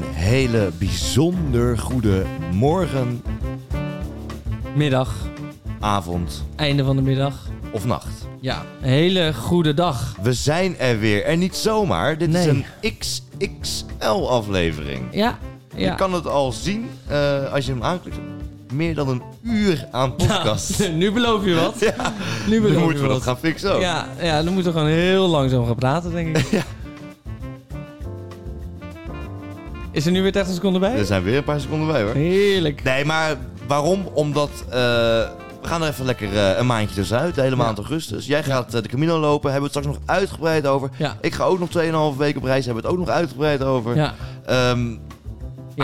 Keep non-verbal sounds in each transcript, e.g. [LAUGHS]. hele bijzonder goede morgen, Middag, avond einde van de middag. of nacht. Ja, een hele goede dag. We zijn er weer. En niet zomaar. Dit is Nee. een XXL-aflevering. Ja, ja. Je kan het al zien eh, als je hem aanklikt. Meer dan een uur aan podcast. Ja, [LAUGHS] nu beloof je wat. [LAUGHS] Ja, Nou, Nu beloof dan je moeten we wat. dat gaan fixen ook. Ja, ja, dan moeten we gewoon heel langzaam gaan praten, denk ik. [LAUGHS] Ja. Is er nu weer 30 seconden bij? Er zijn weer een paar seconden bij hoor. Heerlijk. Nee, maar waarom? Omdat eh, we gaan er even lekker eh, een maandje tussenuit. De hele maand augustus. Jij gaat eh, de Camino lopen. Hebben we het straks nog uitgebreid over. Ja. Ik ga ook nog 2,5 weken op reis. Hebben we het ook nog uitgebreid over. Ja. Ehm, Ja.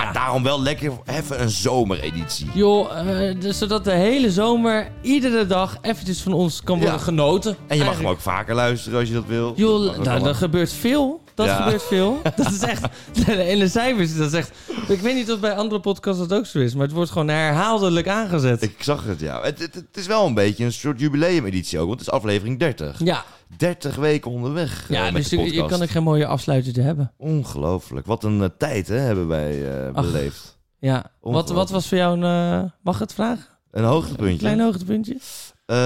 maar daarom wel lekker even een zomereditie. Joh, eh, dus zodat de hele zomer, iedere dag, eventjes van ons kan worden Ja. genoten. En je mag hem Eigenlijk. ook vaker luisteren als je dat wil. Dat mag Joh, ook nou, allemaal. dat gebeurt veel. Dat Ja. gebeurt [LAUGHS] veel. Dat is echt... In de cijfers, dat is echt... Ik weet niet of bij andere podcasts dat ook zo is, maar het wordt gewoon herhaaldelijk aangezet. Ik zag het, ja. Het, het, het is wel een beetje een soort jubileumeditie ook, want het is aflevering 30. Ja, 30 weken onderweg ja, ja met dus de je, podcast. je kan ook geen mooie afsluiter te hebben. Ongelooflijk. Wat een eh, tijd hè, hebben wij eh, Ach. beleefd. Ja. Wat, Ongelooflijk. wat was voor jou een... eh, mag ik het vragen? Een hoogtepuntje. Klein hoogtepuntje? Eh,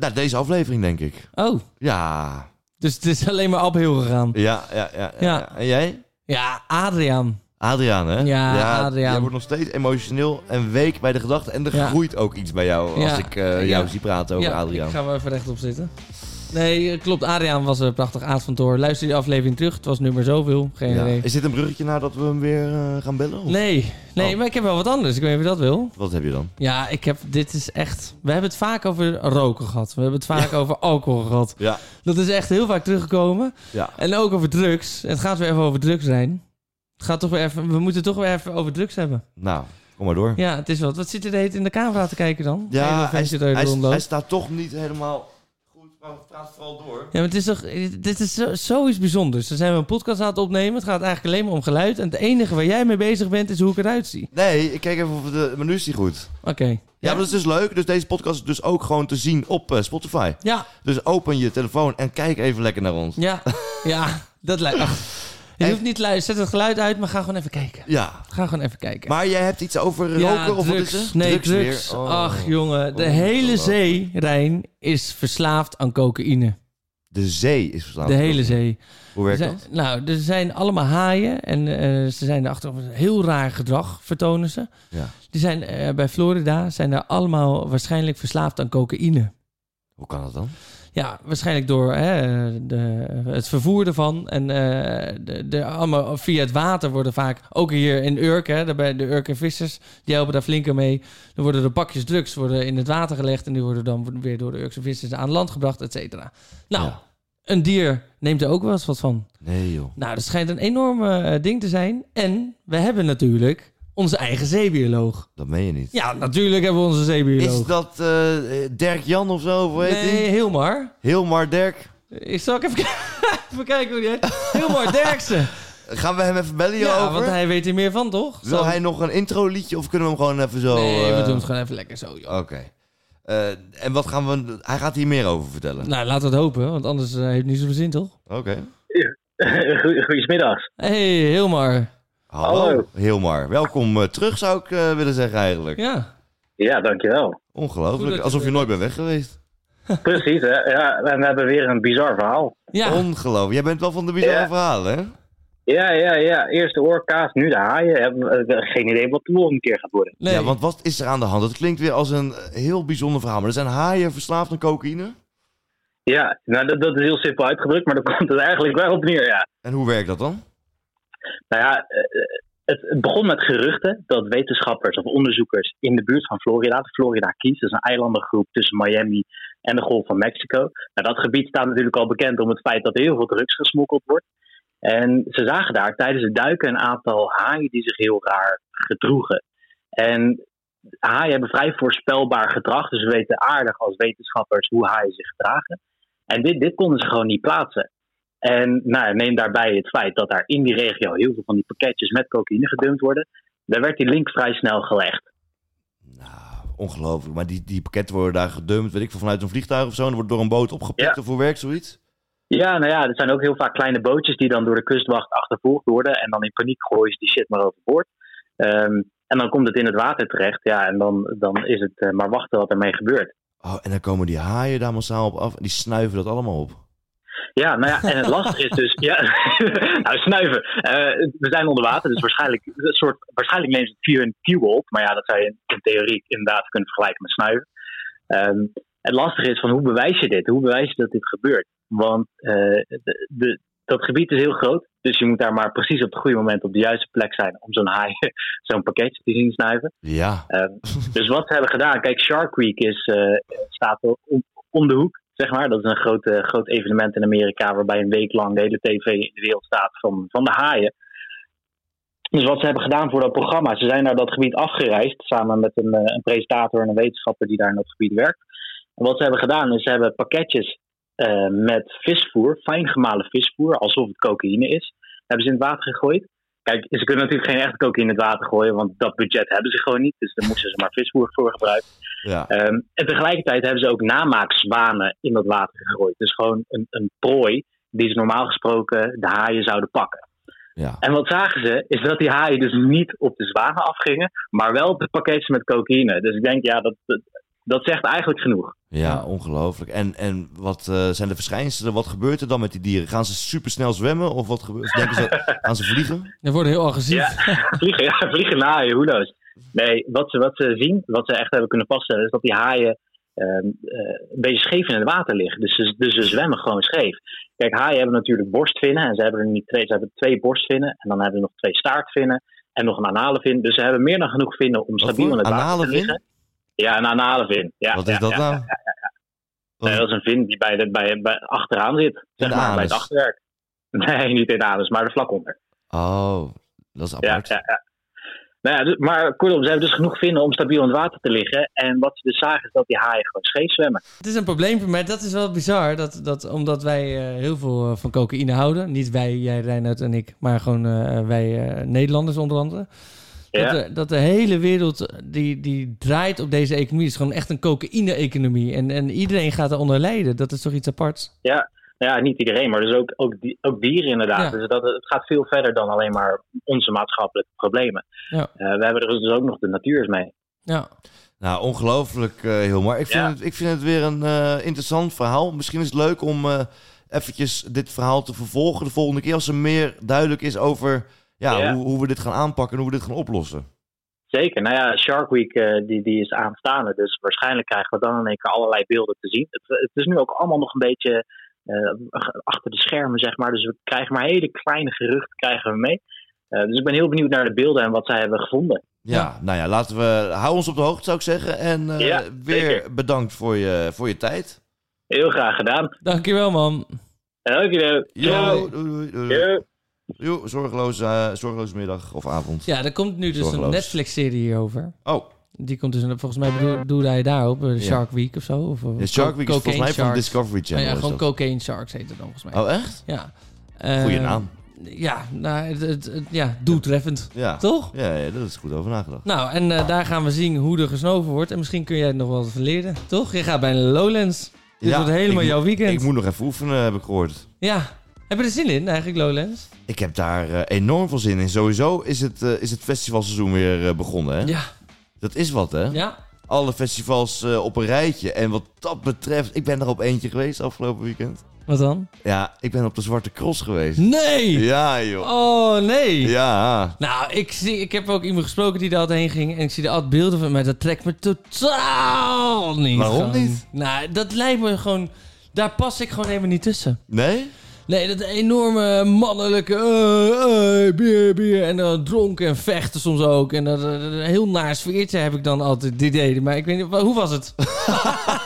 nou, deze aflevering denk ik. Oh, Ja. dus het is alleen maar uphill gegaan. Ja, ja, ja. ja, Ja. ja. En jij? Ja, Adriaan. Adriaan, hè? Ja, Adriaan. Jij wordt nog steeds emotioneel en week bij de gedachten. En er Ja. groeit ook iets bij jou als Ja. ik eh, jou Ja. zie praten over ja, Adriaan. ik ga maar even rechtop zitten. Nee, eh, klopt. Adriaan was een prachtig aard van Toor. Luister die aflevering terug. Het was nummer zoveel. Geen Ja. idee. Is dit een bruggetje naar dat we hem weer eh, gaan bellen? Of? Nee, nee Oh. maar ik heb wel wat anders. Ik weet niet of je dat wil. Wat heb je dan? Ja, ik heb, dit is echt... We hebben het vaak over roken gehad. We hebben het vaak over alcohol gehad. Ja. Dat is echt heel vaak teruggekomen. Ja. En ook over drugs. Het gaat weer even over drugs zijn. Het gaat toch weer even, we moeten toch weer even over drugs hebben. Nou, kom maar door. Ja, het is wat. Wat zit je de heet in de camera te kijken dan? Geen Ja, idee hij, of je er hij- rondloopt. hij staat toch niet helemaal goed, maar praat vooral door. Ja, maar het is toch, dit is zo- zoiets bijzonders. Dan zijn we een podcast aan het opnemen. Het gaat eigenlijk alleen maar om geluid. En het enige waar jij mee bezig bent is hoe ik eruit zie. Nee, ik kijk even of de menu is die goed. Oké. Ja, maar dat is dus leuk. Dus deze podcast is dus ook gewoon te zien op eh, Spotify. ja, Dus open je telefoon en kijk even lekker naar ons. ja, ja, dat lijkt. Ach, je En- hoeft niet te luisteren. Zet het geluid uit, maar ga gewoon even kijken. Ja. Ga gewoon even kijken. Maar jij hebt iets over ja, roken of drugs. wat is het? Nee, drugs. drugs. weer. Oh. Ach, jongen. De Oh, hele geloof. zee, Rijn, is verslaafd aan cocaïne. De zee is verslaafd. De hele zee. Hoe Nou, werkt Er dat? zijn- Nou, er zijn allemaal haaien en eh, ze zijn erachter heel raar gedrag vertonen ze. Ja. Die zijn eh, bij Florida zijn er allemaal waarschijnlijk verslaafd aan cocaïne. Hoe kan dat dan? Ja, waarschijnlijk door hè, de, het vervoer ervan. En eh, de, de, allemaal via het water worden vaak, ook hier in Urk, hè, daar bij de Urk en vissers, die helpen daar flink aan mee. Dan worden er pakjes drugs worden in het water gelegd en die worden dan weer door de Urkse vissers aan land gebracht, et cetera. Nou, Ja. een dier neemt er ook wel eens wat van. Nee, joh. Nou, dat schijnt een enorme eh, ding te zijn. En we hebben natuurlijk onze eigen zeebioloog. Dat meen je niet. Ja, natuurlijk hebben we onze zeebioloog. Is dat eh, Dirk Jan of zo? Of hoe heet nee, die? Hilmar. Hilmar Dirk. Ik zal ik even, k- [LAUGHS] even kijken hoe die heet. [LAUGHS] Hilmar Derksen. Gaan we hem even bellen hierover? ja, want hij weet er meer van, toch? Wil Zal- hij nog een intro liedje of kunnen we hem gewoon even zo... Nee, we eh, doen het gewoon even lekker zo, joh. Oké. Eh, en wat gaan we... Hij gaat hier meer over vertellen. Nou, laten we het hopen, want anders eh, heeft het niet zoveel zin, toch? Oké. [LAUGHS] Goe- Goedemiddag. hey, Hilmar. Hallo. Hallo. Hilmar. Welkom eh, terug zou ik eh, willen zeggen eigenlijk. Ja. Ja, dankjewel. Ongelooflijk. Goed dat je Alsof je er nooit bent weg geweest. Precies, hè? Ja, en we hebben weer een bizar verhaal. Ja. Ongelooflijk. Jij bent wel van de bizarre Ja. verhalen, hè? Ja, ja, ja. Eerst de oorkaas, nu de haaien. Hebben we- eh, Geen idee wat de volgende keer gaat worden. nee. Ja, want wat is er aan de hand? Het klinkt weer als een eh, heel bijzonder verhaal. Maar er zijn haaien verslaafd aan cocaïne. Ja, nou, dat, dat [LAUGHS] is heel simpel uitgedrukt, maar daar komt het eigenlijk wel op neer, ja. En hoe werkt dat dan? Nou ja, eh, het het begon met geruchten dat wetenschappers of onderzoekers in de buurt van Florida, de Florida Keys, dat is een eilandengroep tussen Miami en de Golf van Mexico. Nou, dat gebied staat natuurlijk al bekend om het feit dat er heel veel drugs gesmokkeld wordt. En ze zagen daar tijdens het duiken een aantal haaien die zich heel raar gedroegen. En haaien hebben vrij voorspelbaar gedrag, dus we weten aardig als wetenschappers hoe haaien zich gedragen. En dit, dit konden ze gewoon niet plaatsen. En nou, ja, neem daarbij het feit dat daar in die regio heel veel van die pakketjes met cocaïne gedumpt worden. Daar werd die link vrij snel gelegd. Nou, ongelooflijk. Maar die, die pakketten worden daar gedumpt, weet ik veel, vanuit een vliegtuig of zo. En dan wordt door een boot opgepikt. Ja. Of hoe werkt zoiets? Ja, nou ja, er zijn ook heel vaak kleine bootjes die dan door de kustwacht achtervolgd worden. En dan in paniek gooien ze die shit maar overboord. Ehm, en dan komt het in het water terecht. Ja, en dan, dan is het eh, maar wachten wat ermee gebeurt. Oh, en dan komen die haaien daar massaal op af en die snuiven dat allemaal op. Ja, nou ja, en het lastige is dus... Ja, [LAUGHS] nou, snuiven. Eh, we zijn onder water, dus waarschijnlijk, een soort, waarschijnlijk neemt het via een kieuwel op. Maar ja, dat zou je in theorie inderdaad kunnen vergelijken met snuiven. Ehm, het lastige is van hoe bewijs je dit? Hoe bewijs je dat dit gebeurt? Want eh, de, de, dat gebied is heel groot. Dus je moet daar maar precies op het goede moment op de juiste plek zijn om zo'n haai, [LAUGHS] zo'n pakketje te zien snuiven. Ja. Ehm, dus wat ze hebben gedaan, kijk, Shark Week is, eh, staat om, om de hoek, zeg maar. Dat is een groot, eh, groot evenement in Amerika waarbij een week lang de hele tv in de wereld staat van, van de haaien. Dus wat ze hebben gedaan voor dat programma, ze zijn naar dat gebied afgereisd samen met een, eh, een presentator en een wetenschapper die daar in dat gebied werkt. En wat ze hebben gedaan is ze hebben pakketjes eh, met visvoer, fijngemalen visvoer, alsof het cocaïne is, hebben ze in het water gegooid. Kijk, ze kunnen natuurlijk geen echt cocaïne in het water gooien, want dat budget hebben ze gewoon niet. Dus daar moesten ze maar visvoer voor gebruiken. ja. Ehm, en tegelijkertijd hebben ze ook namaakzwanen in dat water gegooid. Dus gewoon een, een prooi die ze normaal gesproken de haaien zouden pakken. Ja. En wat zagen ze, is dat die haaien dus niet op de zwanen afgingen, maar wel op de pakketjes met cocaïne. Dus ik denk, ja, dat, dat, dat zegt eigenlijk genoeg. Ja, ongelooflijk. En, en wat eh, zijn de verschijnselen? Wat gebeurt er dan met die dieren? Gaan ze supersnel zwemmen? Of wat gebeurt of denken [LAUGHS] ze? Gaan ze vliegen? Dat wordt heel agressief. Ja. vliegen, ja, [LAUGHS] vliegen haaien, hoe knows? Nee, wat ze, wat ze zien, wat ze echt hebben kunnen vaststellen, is dat die haaien ehm, eh, een beetje scheef in het water liggen. Dus ze, dus ze zwemmen gewoon scheef. Kijk, haaien hebben natuurlijk borstvinnen en ze hebben er niet twee, ze hebben twee borstvinnen en dan hebben ze nog twee staartvinnen en nog een anale vin. Dus ze hebben meer dan genoeg vinnen om stabiel voor? in het water Anale te vin? liggen. Ja, een anale vin. Ja, Wat is ja, dat ja. nou? Nee, dat is een vin die bij de, bij, bij, achteraan zit, zeg de maar, bij anus? het achterwerk. Nee, niet in de anus, maar er vlak onder. Oh, dat is Ja, apart. ja, ja. Nou ja, dus- maar kortom, ze hebben dus genoeg vinden om stabiel in het water te liggen. En wat ze dus zagen is dat die haaien gewoon scheef zwemmen. Het is een probleem, maar dat is wel bizar. Dat, dat, omdat wij eh, heel veel eh, van cocaïne houden. Niet wij, jij, Reinhard en ik, maar gewoon eh, wij eh, Nederlanders onder andere. Ja. Dat, de, dat de hele wereld eh, die, die draait op deze economie. Het is gewoon echt een cocaïne-economie. En, en iedereen gaat eronder lijden. Dat is toch iets aparts? Nou ja, niet iedereen, maar dus ook, ook, die, ook dieren inderdaad. Ja. Dus dat, het gaat veel verder dan alleen maar onze maatschappelijke problemen. Ja. Eh, we hebben er dus ook nog de natuur mee. Ja. Nou, ongelooflijk eh heel mooi. Ik vind, Ja. het, ik vind het weer een eh, interessant verhaal. Misschien is het leuk om eh, eventjes dit verhaal te vervolgen de volgende keer. Als er meer duidelijk is over ja, Ja. Hoe, hoe we dit gaan aanpakken en hoe we dit gaan oplossen. Zeker. Nou ja, Shark Week eh, die, die is aanstaande. Dus waarschijnlijk krijgen we dan in één keer allerlei beelden te zien. Het, het is nu ook allemaal nog een beetje eh, achter de schermen, zeg maar. Dus we krijgen maar hele kleine geruchten krijgen we mee. Eh, dus ik ben heel benieuwd naar de beelden en wat zij hebben gevonden. Ja, nou ja, laten we. Hou ons op de hoogte, zou ik zeggen. En eh, Ja, weer zeker. bedankt voor je, voor je tijd. Heel graag gedaan. Dankjewel, man. Eh, En ook jullie. Jo, doei, Ciao. doei, doei. Yo. Jo, zorgeloze, eh, zorgeloze middag of avond. Ja, er komt nu dus Zorgeloos. een Netflix-serie hierover. Oh, Die komt dus, volgens mij bedoel- doelde hij daarop. eh, Shark Week of zo. Of, eh, de Shark Week is Cocaine volgens mij van Sharks. Discovery Ah Channel. ja, is gewoon dat. Cocaine Sharks heet het dan volgens mij. Oh, echt? Ja. Goeie Eh, naam. Ja, nou, het, het, het- ja, doeltreffend. Ja. Toch? Ja, ja, daar is goed over nagedacht. Nou, en eh, daar gaan we zien hoe er gesnoven wordt. En misschien kun jij het nog wel wat verleren, toch? Je gaat bij de Lowlands. Dit Ja, wordt helemaal ik jouw moet- weekend. Ik moet nog even oefenen, heb ik gehoord. Ja. Heb je er zin in eigenlijk, Lowlands? Ik heb daar eh, enorm veel zin in. Sowieso is het, eh, is het festivalseizoen weer eh, begonnen, hè? Ja. Dat is wat, hè? Ja. Alle festivals eh, op een rijtje. En wat dat betreft, ik ben er op eentje geweest afgelopen weekend. Wat dan? Ja, ik ben op de Zwarte Cross geweest. Nee! Ja, joh. Oh, nee! Ja. Nou, ik, zie, ik heb ook iemand gesproken die daar altijd heen ging. En ik zie er altijd beelden van. Maar dat trekt me totaal niet. Waarom Gewoon. niet? Nou, dat lijkt me gewoon... Daar pas ik gewoon helemaal niet tussen. Nee? Nee, dat enorme mannelijke eh, eh, bier, bier. En dan dronken en vechten soms ook. En dat, eh, dat- een heel naar sfeertje heb ik dan altijd die idee. Maar ik weet niet, wa- hoe was het? [LAUGHS]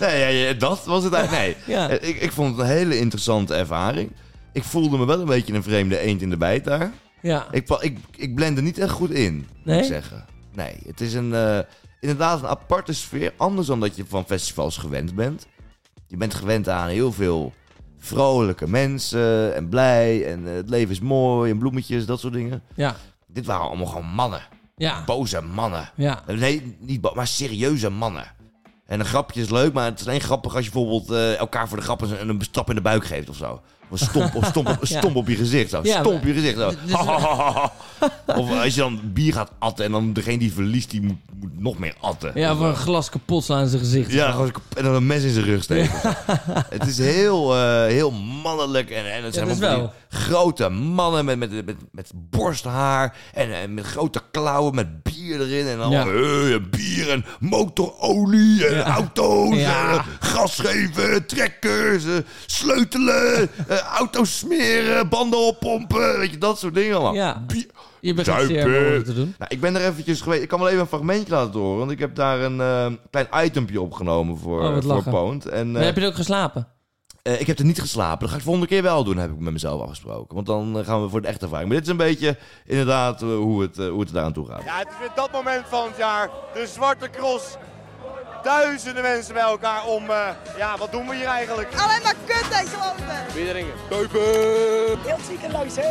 Nee, ja, ja, dat was het eigenlijk. Nee. [LAUGHS] Ja. Eh, Ik, ik vond het een hele interessante ervaring. Ik voelde me wel een beetje een vreemde eend in de bijt daar. Ja, Ik, pa- ik, ik blend er niet echt goed in, Nee? moet ik zeggen. Nee, het is een, eh, inderdaad een aparte sfeer. Anders dan dat je van festivals gewend bent. Je bent gewend aan heel veel vrolijke mensen en blij en eh, het leven is mooi en bloemetjes, dat soort dingen. ja, Dit waren allemaal gewoon mannen. ja, Boze mannen. ja. Nee, niet bo- maar serieuze mannen. En een grapje is leuk, maar het is alleen grappig als je bijvoorbeeld eh, elkaar voor de grap eens een, een stap in de buik geeft of zo. Of een stomp, of [LAUGHS] stomp, een Ja. stomp op je gezicht. Zo. Ja, stomp maar- op je gezicht. Zo. Dus- [LAUGHS] of als je dan bier gaat atten en dan degene die verliest, die moet, moet nog meer atten. Ja, Of, of een eh, glas kapot slaan in zijn gezicht. ja, gewoon kap- en dan een mes in zijn rug steken. [LAUGHS] Het is heel, eh, heel mannelijk. En, en het zijn dat is allemaal van wel. die grote mannen met, met, met, met borsthaar. En, en met grote klauwen met bier erin. En dan Ja. bier en motorolie en Ja. auto's. Ja. En, eh, gas geven, trekkers, eh, sleutelen, eh, auto's smeren, banden oppompen. Weet je, dat soort dingen allemaal. Ja. Bier- Je begint zeer Zuipen. behoorlijk te doen. nou, ik ben er eventjes geweest. Ik kan wel even een fragmentje laten horen. Want ik heb daar een eh, klein itempje opgenomen voor, eh, Oh, wat voor lachen. Poont. En, Maar eh, heb je er ook geslapen? eh, ik heb er niet geslapen. Dat ga ik de volgende keer wel doen, heb ik met mezelf afgesproken. Want dan eh, gaan we voor de echte ervaring. Maar dit is een beetje inderdaad eh, hoe, het, eh, hoe het eraan toe gaat. Ja, het is weer dat moment van het jaar. De Zwarte Cross. Duizenden mensen bij elkaar om... eh, ja, wat doen we hier eigenlijk? Alleen maar kut deze landen. Heel ziekenhuis, hè?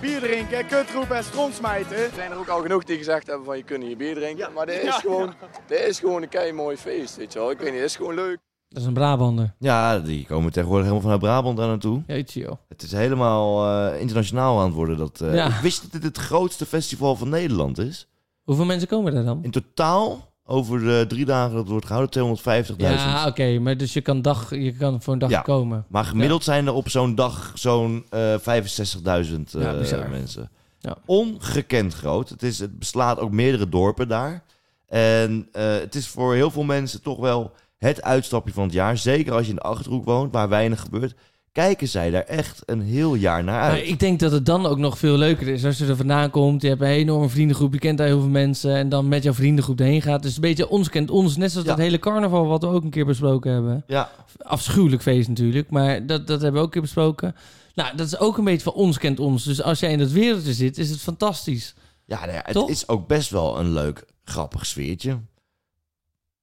Bier drinken, kutroepen en stront smijten. Er zijn er ook al genoeg die gezegd hebben van je kunt hier bier drinken. Maar dit is, Ja. gewoon, dit is gewoon een kei mooi feest, weet je wel. Ik weet niet, dit is gewoon leuk. Dat is een Brabander. Ja, die komen tegenwoordig helemaal vanuit Brabant daar naartoe. Jeetje, joh. Het is helemaal eh, internationaal aan het worden. Dat, eh, Ja. Ik wist dat dit het grootste festival van Nederland is. Hoeveel mensen komen er dan? In totaal, over de drie dagen dat het wordt gehouden, 250.000. Ja, oké. maar dus je kan, dag, je kan voor een dag Ja. komen. Maar gemiddeld zijn er op zo'n dag zo'n eh, 65.000 eh, Ja, bizar. mensen. Ja. Ongekend groot. Het, is, het beslaat ook meerdere dorpen daar. En eh, het is voor heel veel mensen toch wel het uitstapje van het jaar. Zeker als je in de Achterhoek woont, waar weinig gebeurt. Kijken zij daar echt een heel jaar naar Maar uit. ik denk dat het dan ook nog veel leuker is als je er vandaan komt. Je hebt een enorme vriendengroep, je kent daar heel veel mensen. En dan met jouw vriendengroep erheen gaat. Dus een beetje ons kent ons. Net zoals Ja. dat hele carnaval wat we ook een keer besproken hebben. Ja, Afschuwelijk feest natuurlijk, maar dat, dat hebben we ook een keer besproken. Nou, dat is ook een beetje van ons kent ons. Dus als jij in dat wereldje zit, is het fantastisch. ja, nou ja, het Toch? is ook best wel een leuk, grappig sfeertje.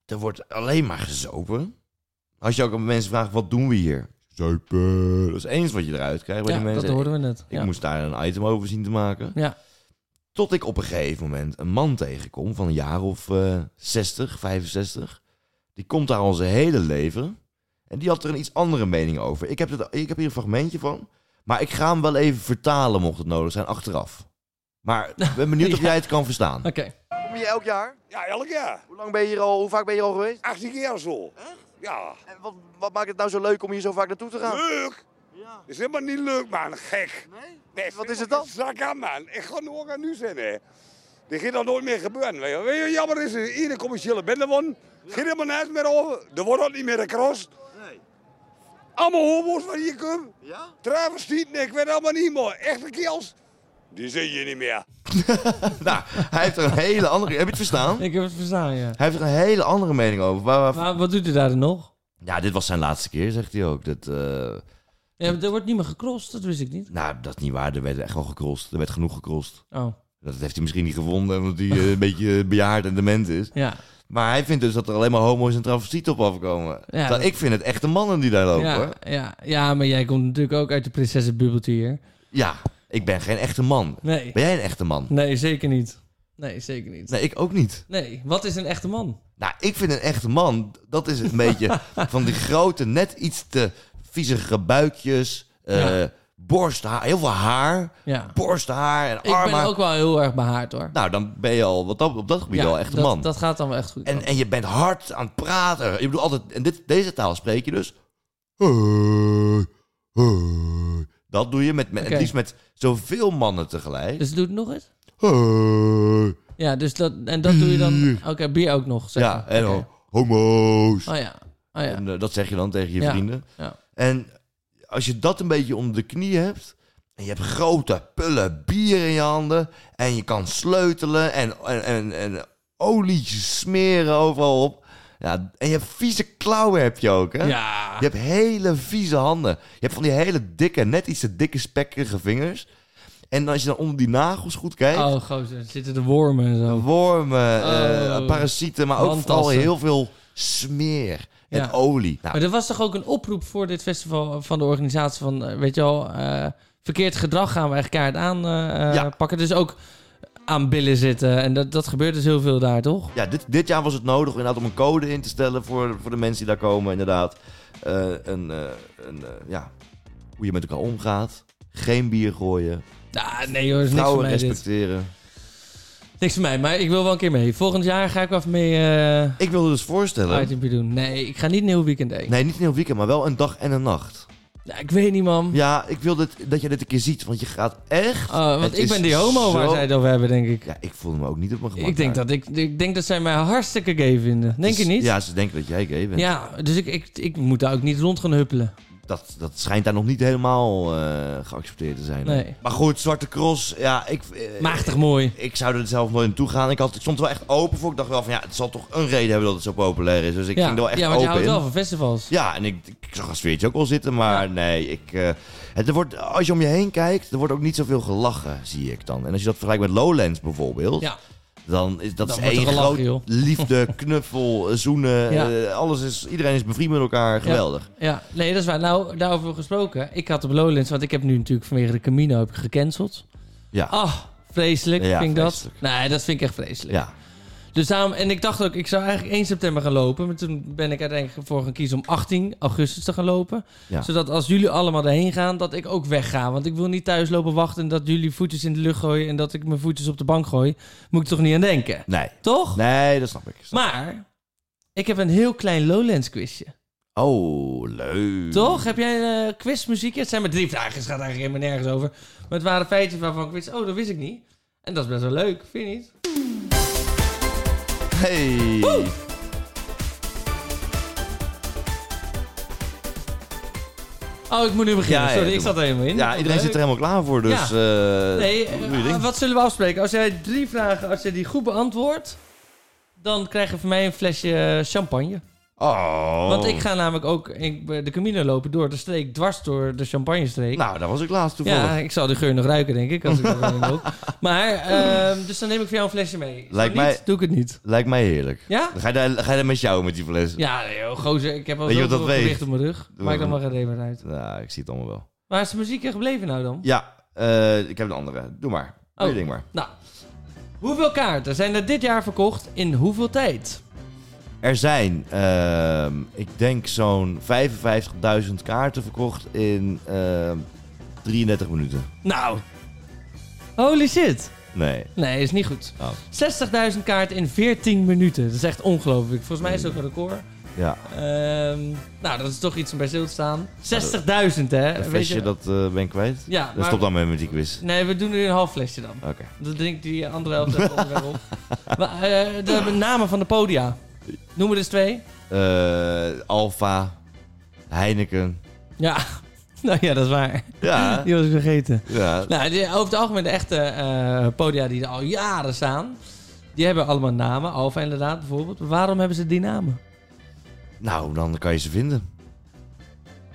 Er wordt alleen maar gezopen. Als je ook aan mensen vraagt, wat doen we hier? Zuipen. Dat is eens wat je eruit krijgt bij Ja, die mensen. dat hoorden we net. Ik ja. moest daar een item over zien te maken. Ja. Tot ik op een gegeven moment een man tegenkom van een jaar of eh 60, 65. Die komt daar al zijn hele leven. En die had er een iets andere mening over. Ik heb, het, ik heb hier een fragmentje van. Maar ik ga hem wel even vertalen, mocht het nodig zijn, achteraf. Maar ik ben benieuwd of Ja. jij het kan [LAUGHS] verstaan. Oké. Kom je elk jaar? Ja, elk jaar. Hoe lang ben je hier al, hoe vaak ben je hier al geweest? 18 keer zo. Ja. En wat, wat maakt het nou zo leuk om hier zo vaak naartoe te gaan? Leuk. Is helemaal niet leuk, man. Gek. Nee? Nee, Wat is het dan? Zak aan, man. Ik ga nu ook aan nu zijn, hè. Dit gaat dan nooit meer gebeuren. Weet je, weet je wat jammer is? Iedere commerciële bende won. Geen helemaal nergens meer over. Er wordt ook niet meer gecrossed. Nee. Allemaal homo's van hier komen. Ja? Travestieten, ik weet allemaal niet, man. Echte kerels. Die zie je niet meer. Nou, hij heeft er een hele andere... Heb je het verstaan? Ik heb het verstaan, ja. Hij heeft er een hele andere mening over. Waar- waar- Maar wat doet u daar dan nog? Ja, dit was zijn laatste keer, zegt hij ook. Dat, eh, Ja, maar er wordt niet meer gecrossed, dat wist ik niet. nou, dat is niet waar. Er werd echt wel gekrost. Er werd genoeg gekrost. Oh, Dat heeft hij misschien niet gevonden, omdat hij eh, een beetje eh, bejaard en dement is. ja. Maar hij vindt dus dat er alleen maar homo's en travestieten op afkomen. Terwijl dat- Ik vind het echte mannen die daar lopen. Ja, hoor. ja, ja, maar jij komt natuurlijk ook uit de prinsessenbubbeltje hier. ja, ik ben geen echte man. Nee. Ben jij een echte man? Nee, zeker niet. Nee, zeker niet. Nee, ik ook niet. Nee, wat is een echte man? Nou, ik vind een echte man, dat is een [LAUGHS] beetje van die grote, net iets te viezige buikjes, eh, borsthaar, heel veel haar, Ja. borsthaar en Ik ben armen. ook wel heel erg behaard hoor. Nou, dan ben je al wat dat, op dat gebied ja, al echt een dat, man. Dat gaat dan wel echt goed. En, dan. en je bent hard aan het praten. Ik bedoel altijd, en dit, deze taal spreek je dus. Dat doe je met, met, Oké. het liefst met zoveel mannen tegelijk. Dus doe het nog eens. Hey. Ja, dus dat, en dat doe je dan... Oké, bier ook nog. Zeg Ja, maar. en Oké. dan, homo's. Oh ja, oh ja. En, eh, dat zeg je dan tegen je Ja. vrienden. ja. En als je dat een beetje onder de knie hebt. En je hebt grote pullen bier in je handen. En je kan sleutelen en, en, en, en olietjes smeren overal op. Ja, en je hebt vieze klauwen heb je ook, hè? Ja. Je hebt hele vieze handen. Je hebt van die hele dikke, net iets te dikke, spekkerige vingers. En als je dan onder die nagels goed kijkt... Oh gozer, er zitten de wormen en zo. Wormen, eh, Oh. parasieten, maar ook vooral Wandtassen. heel veel smeer en Ja. olie. Nou, Maar er was toch ook een oproep voor dit festival van de organisatie van, eh, weet je wel, eh, verkeerd gedrag gaan we echt keihard aanpakken. Ja. pakken. dus ook aan billen zitten. En dat, dat gebeurt dus heel veel daar, toch? Ja, dit, dit jaar was het nodig inderdaad om een code in te stellen voor, voor de mensen die daar komen, inderdaad. Eh, een, eh, een, eh, ja, hoe je met elkaar omgaat. Geen bier gooien. Ah, nee hoor, is niks voor Vrouwen mij dit. respecteren. Niks voor mij, maar ik wil wel een keer mee. Volgend jaar ga ik wel even mee eh Ik wilde dus voorstellen. itempje doen. Nee, ik ga niet een heel weekend heen. Nee, niet een heel weekend, maar wel een dag en een nacht. Ja, ik weet niet, man. Ja, ik wil dit, dat je dit een keer ziet, want je gaat echt... Ah, Het want ik is ben die homo waar zo- zij het over hebben, denk ik. Ja, ik voelde me ook niet op mijn gemak. ik, denk daar. dat, ik, ik denk dat zij mij hartstikke gay vinden. Denk je Dus- niet? Ja, ze denken dat jij gay bent. Ja, dus ik, ik, ik moet daar ook niet rond gaan huppelen. Dat, dat schijnt daar nog niet helemaal eh, geaccepteerd te zijn. hè? Nee. Maar goed, Zwarte Cross, ja, ik... eh, Maagdig mooi. Ik zou er zelf nooit naartoe gaan. Ik, had, ik stond er wel echt open voor. Ik dacht wel van, ja, het zal toch een reden hebben dat het zo populair is. Dus ik ja, ging er wel echt ja, want je open houdt in. wel van festivals. Ja, en ik, ik zag een sfeertje ook wel zitten, maar nee. Ik, eh, het, er wordt, als je om je heen kijkt, er wordt ook niet zoveel gelachen, zie ik dan. En als je dat vergelijkt met Lowlands bijvoorbeeld, Ja. dan is dat Dan is wordt er één gelachen, groot joh. liefde, [LAUGHS] knuffel, eh, zoenen. Ja. eh, alles is, iedereen is bevriend met elkaar, geweldig. Ja, nee, dat is waar. Nou, daarover gesproken. Ik had op Lowlands, want ik heb nu natuurlijk vanwege de Camino heb ik gecanceld. Ja. Ah, vreselijk Ja, vind ik vreselijk. dat. Nee, dat vind ik echt vreselijk. Ja, Dus daarom, en ik dacht ook, ik zou eigenlijk 1 september gaan lopen. Maar toen ben ik uiteindelijk voor gaan kiezen om 18 augustus te gaan lopen. Ja. Zodat als jullie allemaal erheen gaan, dat ik ook wegga. Want ik wil niet thuis lopen wachten en dat jullie voetjes in de lucht gooien... en dat ik mijn voetjes op de bank gooi. Moet ik toch niet aan denken, nee. toch? Nee, dat snap ik. Snap Maar ik heb een heel klein Lowlands quizje. ik. Oh, leuk. Toch? Heb jij eh quizmuziekje? Het zijn maar drie vragen, het gaat eigenlijk helemaal nergens over. Maar het waren feitjes waarvan ik wist, oh, dat wist ik niet. En dat is best wel leuk, vind je niet? Hey. Oh, ik moet nu beginnen. Ja, ja, Sorry, doe ik zat er helemaal in. Ja, iedereen Leuk. zit er helemaal klaar voor, dus... eh, Nee, doe je eh, ding. wat zullen we afspreken? Als jij drie vragen, als jij die goed beantwoordt, dan krijg je van mij een flesje eh, champagne. Oh. Want ik ga namelijk ook ik, eh, de Camino lopen door de streek, dwars door de champagnestreek. Nou, daar was ik laatst toevallig. ja, ik zal de geur nog ruiken, denk ik, als ik [LAUGHS] dat alleen ook. Maar, ehm, dus dan neem ik voor jou een flesje mee. Zo Lijkt niet, mij- doe ik het niet. Lijkt mij heerlijk. Ja? Dan ga, je daar, ga je daar met jou met die fles? Ja, nee, joh, gozer, ik heb al Weet je zoveel wat dat gewicht weegt? op mijn rug. Maakt dan maar geen reet meer uit. Nou, ik zie het allemaal wel. Waar is de muziek in gebleven nou dan? Ja, eh, ik heb een andere. Doe maar. Doe je Oh. ding maar. Nou, hoeveel kaarten zijn er dit jaar verkocht in hoeveel tijd? Er zijn, ehm, ik denk, zo'n 55.000 kaarten verkocht in ehm, 33 minuten. Nou, holy shit. Nee. Nee, is niet goed. Oh. 60.000 kaarten in 14 minuten. Dat is echt ongelooflijk. Volgens mij is dat een record. Ja, Ehm, nou, dat is toch iets om bij stil te staan. 60.000, hè? een Weet flesje, je- dat eh, ben ik kwijt. Ja, Dan maar... stop dan met mijn die quiz. Nee, we doen er een half flesje dan. Oké. Dan drinkt die andere helft even onderweg [LAUGHS] op. Maar, eh, de namen van de podia. Noem er dus twee. Eh, Alfa, Heineken. Ja, [LAUGHS] nou ja, dat is waar. Ja, [LAUGHS] Die was ik vergeten. ja. Nou, die- over het algemeen de echte eh, podia die er al jaren staan... die hebben allemaal namen. Alfa inderdaad, bijvoorbeeld. Maar waarom hebben ze die namen? Nou, dan kan je ze vinden.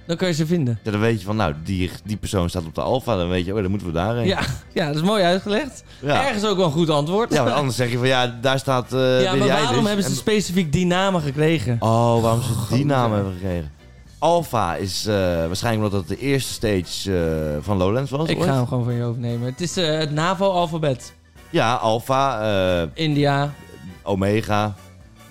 Dan kun je ze vinden. Ja, dan weet je van, nou, die, die persoon staat op de Alfa. Dan weet je, oh, dan moeten we daarheen. Ja, [LAUGHS] ja, dat is mooi uitgelegd. Ja. Ergens ook wel een goed antwoord. Ja, maar anders zeg je van ja, daar staat. eh Ja, maar Billie waarom Eilish. hebben ze En- specifiek die namen gekregen? Oh, waarom ze die naam hebben gekregen? Alpha is eh, waarschijnlijk omdat dat de eerste stage eh, van Lowlands was. Ik ooit. ga hem gewoon van je overnemen. Het is eh, het NAVO-alfabet. Ja, Alpha, eh, India. Omega,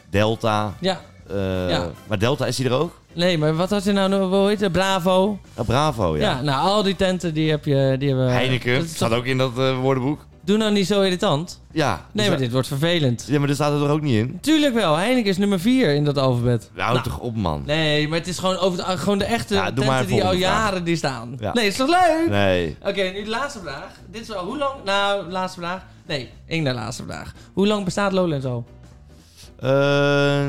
Delta. Ja. eh, Ja. Maar Delta is die er ook? Nee, maar wat had je nou nog? Hoe heet het? Bravo. Ah, Bravo, Ja. ja. nou, al die tenten die heb je... Die hebben, Heineken Dat is staat toch- ook in dat eh, woordenboek. Doe nou niet zo irritant. Ja. Nee, maar dus- dit wordt vervelend. Ja, maar daar staat het er ook niet in. Tuurlijk wel. Heineken is nummer 4 in dat alfabet. Houd Nou, toch op, man. Nou. Nee, maar het is gewoon, over de, gewoon de echte Ja, doe maar tenten een die al volgende vraag. jaren die staan. Ja. Nee, is toch leuk? Nee. Oké, nu de laatste vraag. Dit is wel hoe lang... Nou, laatste vraag. Nee, één naar laatste vraag. Hoe lang bestaat Lowlands al? Eh,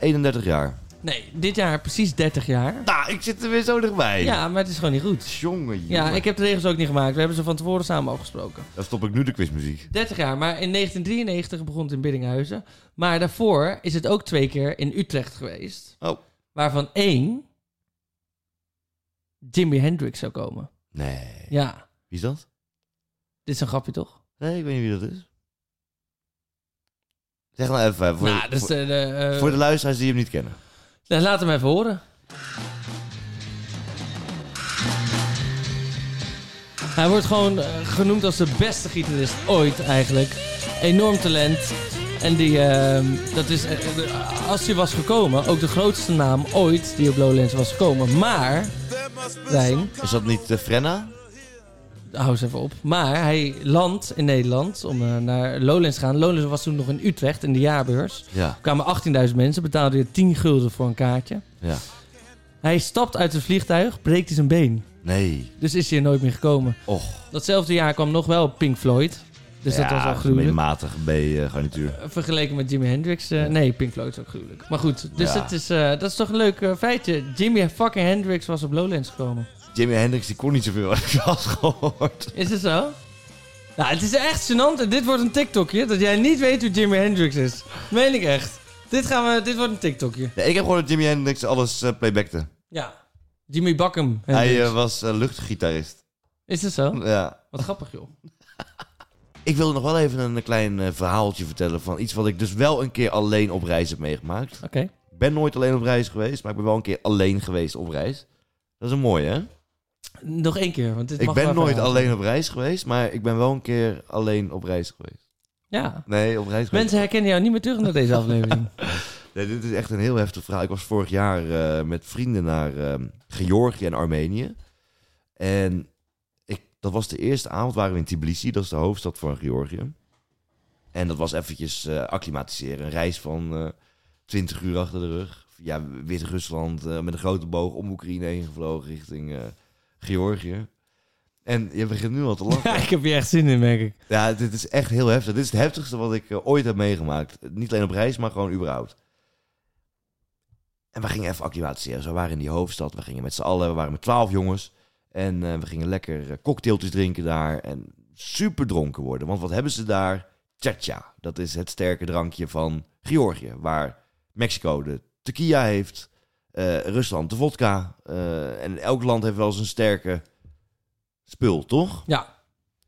31 jaar. Nee, dit jaar precies 30 jaar. Nou, ik zit er weer zo dichtbij. Ja, maar het is gewoon niet goed. Jongen, Ja, ik heb de regels ook niet gemaakt. We hebben ze van tevoren samen afgesproken. Dan stop ik nu de quizmuziek. 30 jaar, maar in 1993 begon het in Biddinghuizen. Maar daarvoor is het ook twee keer in Utrecht geweest. Oh. Waarvan één... Jimi Hendrix zou komen. Nee. Ja, Wie is dat? dit is een grapje toch? Nee, ik weet niet wie dat is. Zeg nou even, voor, nou, dus voor, de, de, eh, voor de luisteraars die hem niet kennen. nou, laat hem even horen. Hij wordt gewoon eh, genoemd als de beste gitarist ooit eigenlijk. Enorm talent. En die, ehm, dat is, eh, eh, als hij was gekomen, ook de grootste naam ooit die op Lowlands was gekomen. Maar, Rijn, Is dat niet eh, Frenna? hou eens even op. Maar hij landt in Nederland om eh, naar Lowlands te gaan. Lowlands was toen nog in Utrecht in de jaarbeurs. Ja, Er kwamen 18.000 mensen, betaalde je 10 gulden voor een kaartje. ja. Hij stapt uit het vliegtuig, breekt hij zijn been. Nee. Dus is hij er nooit meer gekomen. Och. Datzelfde jaar kwam nog wel Pink Floyd. Dus dat was al gruwelijk. Matig eh, B-garnituur. Vergeleken met Jimi Hendrix. eh, Nee, Pink Floyd is ook gruwelijk. Maar goed, dus Ja. het is, eh, dat is toch een leuk eh, feitje. Jimi fucking Hendrix was op Lowlands gekomen. Jimi Hendrix, die kon niet zoveel, [LAUGHS] heb ik al gehoord. Is het zo? Nou, het is echt gênant. En dit wordt een TikTokje. Dat jij niet weet hoe Jimi Hendrix is. Meen ik echt. Dit, gaan we, dit wordt een TikTokje. Nee, ik heb gewoon dat Jimi Hendrix alles eh, playbackte. Ja. Jimmy Buckham. Hij Hendrix. eh, was eh, luchtgitarist. Is het zo? Ja. Wat grappig, joh. Ik wilde nog wel even een klein eh, verhaaltje vertellen van iets wat ik dus wel een keer alleen op reis heb meegemaakt. Oké. Ik ben nooit alleen op reis geweest, maar ik ben wel een keer alleen geweest op reis. Dat is een mooie, hè? Nog één keer, want dit Ik mag ben wel nooit verhaal. alleen op reis geweest, maar ik ben wel een keer alleen op reis geweest. Ja. Nee, op reis geweest. Mensen herkennen jou niet meer terug naar deze [LAUGHS] aflevering. Nee, dit is echt een heel heftig verhaal. Ik was vorig jaar eh, met vrienden naar ehm, Georgië en Armenië. En ik, dat was de eerste avond waren we in Tbilisi. Dat is de hoofdstad van Georgië. En dat was eventjes eh, acclimatiseren. Een reis van eh 20 uur achter de rug. Ja, Wit-Rusland eh, met een grote boog om Oekraïne heen gevlogen richting eh, Georgië. En je begint nu al te lachen. ja, ik heb hier echt zin in, merk ik. Ja, dit is echt heel heftig. Dit is het heftigste wat ik eh, ooit heb meegemaakt. Niet alleen op reis, maar gewoon überhaupt. En we gingen even acclimatiseren. Dus we waren in die hoofdstad. We gingen met z'n allen. We waren met twaalf jongens. En eh, we gingen lekker eh, cocktailtjes drinken daar. En super dronken worden. Want wat hebben ze daar? Tja-tja. Dat is het sterke drankje van Georgië. Waar Mexico de tequila heeft. eh, Rusland de vodka. eh, en elk land heeft wel zijn sterke spul, toch? Ja.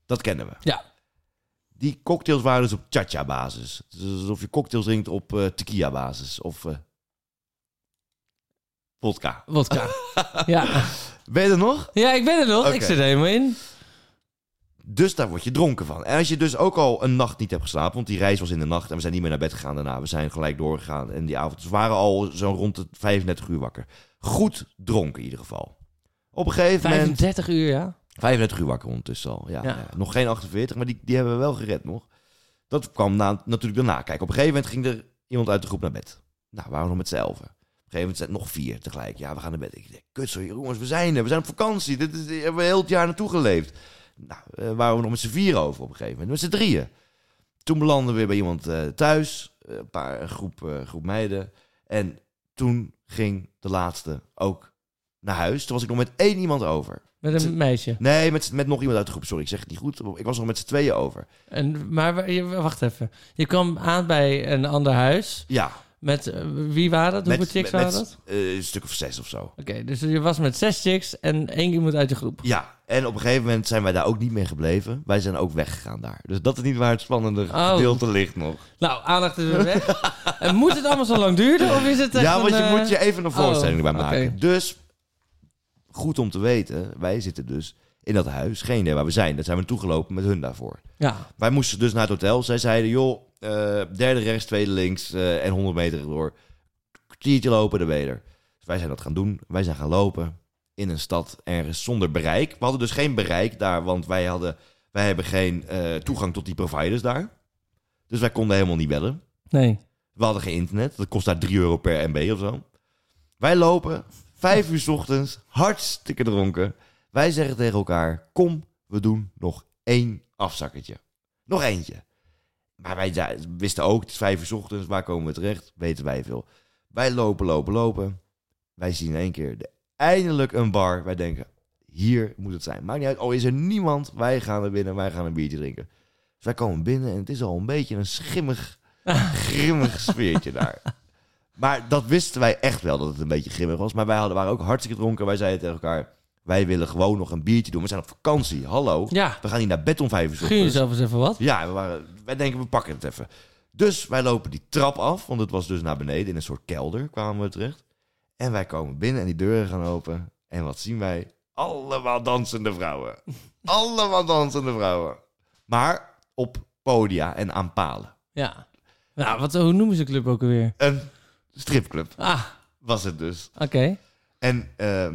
Dat kennen we. Ja. Die cocktails waren dus op cha-cha basis. Dus alsof je cocktails drinkt op eh tequila basis of eh vodka. [LAUGHS] Wodka. ja. Weet je het nog? ja, ik ben er nog. Ik Oké. zit er helemaal in. Dus daar word je dronken van. En als je dus ook al een nacht niet hebt geslapen, want die reis was in de nacht en we zijn niet meer naar bed gegaan daarna. We zijn gelijk doorgegaan en die avond. Dus we waren al zo rond de 35 uur wakker. Goed dronken in ieder geval. Op een gegeven moment. 35 uur, ja. 35 uur wakker ondertussen al. Ja, Ja. ja. Nog geen 48, maar die, die hebben we wel gered nog. Dat kwam na, natuurlijk daarna. Kijk, op een gegeven moment ging er iemand uit de groep naar bed. Nou, waren we nog met z'n elfen. Op een gegeven moment zijn het nog vier tegelijk. Ja, we gaan naar bed. Ik denk, kut zo, jongens, we zijn er. We zijn op vakantie. Dit is, hier hebben we heel het jaar naartoe geleefd. Nou, eh, waren we nog met z'n vier over op een gegeven moment. Met z'n drieën. Toen belanden we weer bij iemand eh, thuis. Eh, Een paar, een groep, eh, groep meiden. En toen ging de laatste ook naar huis. Toen was ik nog met één iemand over. Met een meisje. Nee, met, met nog iemand uit de groep. Sorry, ik zeg het niet goed. Ik was nog met z'n tweeën over. En, maar wa- je- wacht even. Je kwam aan bij een ander huis. Ja. Met eh, wie waren dat? Hoeveel met, chicks met- waren dat? met, eh, een stuk of zes of zo. Oké, dus je was met zes chicks en één iemand uit de groep. Ja. En op een gegeven moment zijn wij daar ook niet meer gebleven. Wij zijn ook weggegaan daar. Dus dat is niet waar het spannende Oh. gedeelte ligt nog. Nou, aandacht is weer weg. [LAUGHS] en moet het allemaal zo lang duren? Of is het echt Ja, want een, je eh, moet je even een voorstelling oh, erbij maken. oké. Dus, goed om te weten, wij zitten dus in dat huis. Geen idee waar we zijn. Daar zijn we toegelopen met hun daarvoor. Ja, Wij moesten dus naar het hotel. Zij zeiden, joh, eh, derde rechts, tweede links eh, en 100 meter door. Kwartiertje lopen, de weder. Dus wij zijn dat gaan doen. Wij zijn gaan lopen in een stad ergens zonder bereik. We hadden dus geen bereik daar, want wij, hadden, wij hebben geen eh, toegang tot die providers daar. Dus wij konden helemaal niet bellen. nee. We hadden geen internet. Dat kost daar 3 euro per MB of zo. Wij lopen, vijf uur 's ochtends, hartstikke dronken. Wij zeggen tegen elkaar, kom, we doen nog één afzakkertje. Nog eentje. Maar wij ja, wisten ook, het is vijf uur 's ochtends, waar komen we terecht? Weten wij veel. Wij lopen, lopen, lopen. Wij zien in één keer de, eindelijk een bar. Wij denken, hier moet het zijn. Maakt niet uit, oh is er niemand. Wij gaan er binnen, wij gaan een biertje drinken. Dus wij komen binnen en het is al een beetje een schimmig, grimmig sfeertje daar. Maar dat wisten wij echt wel dat het een beetje grimmig was. Maar wij hadden, waren ook hartstikke dronken. Wij zeiden tegen elkaar: wij willen gewoon nog een biertje doen. We zijn op vakantie. Hallo. Ja, We gaan niet naar bed om vijf uur. 's gun ochtends. jezelf eens even wat. Ja, we waren, wij denken we pakken het even. Dus wij lopen die trap af, want het was dus naar beneden in een soort kelder kwamen we terecht. En wij komen binnen en die deuren gaan open. En wat zien wij? Allemaal dansende vrouwen. Allemaal dansende vrouwen. Maar op podia en aan palen. Ja. Nou, wat, hoe noemen ze de club ook alweer? Een stripclub Ah, was het dus. oké. En eh,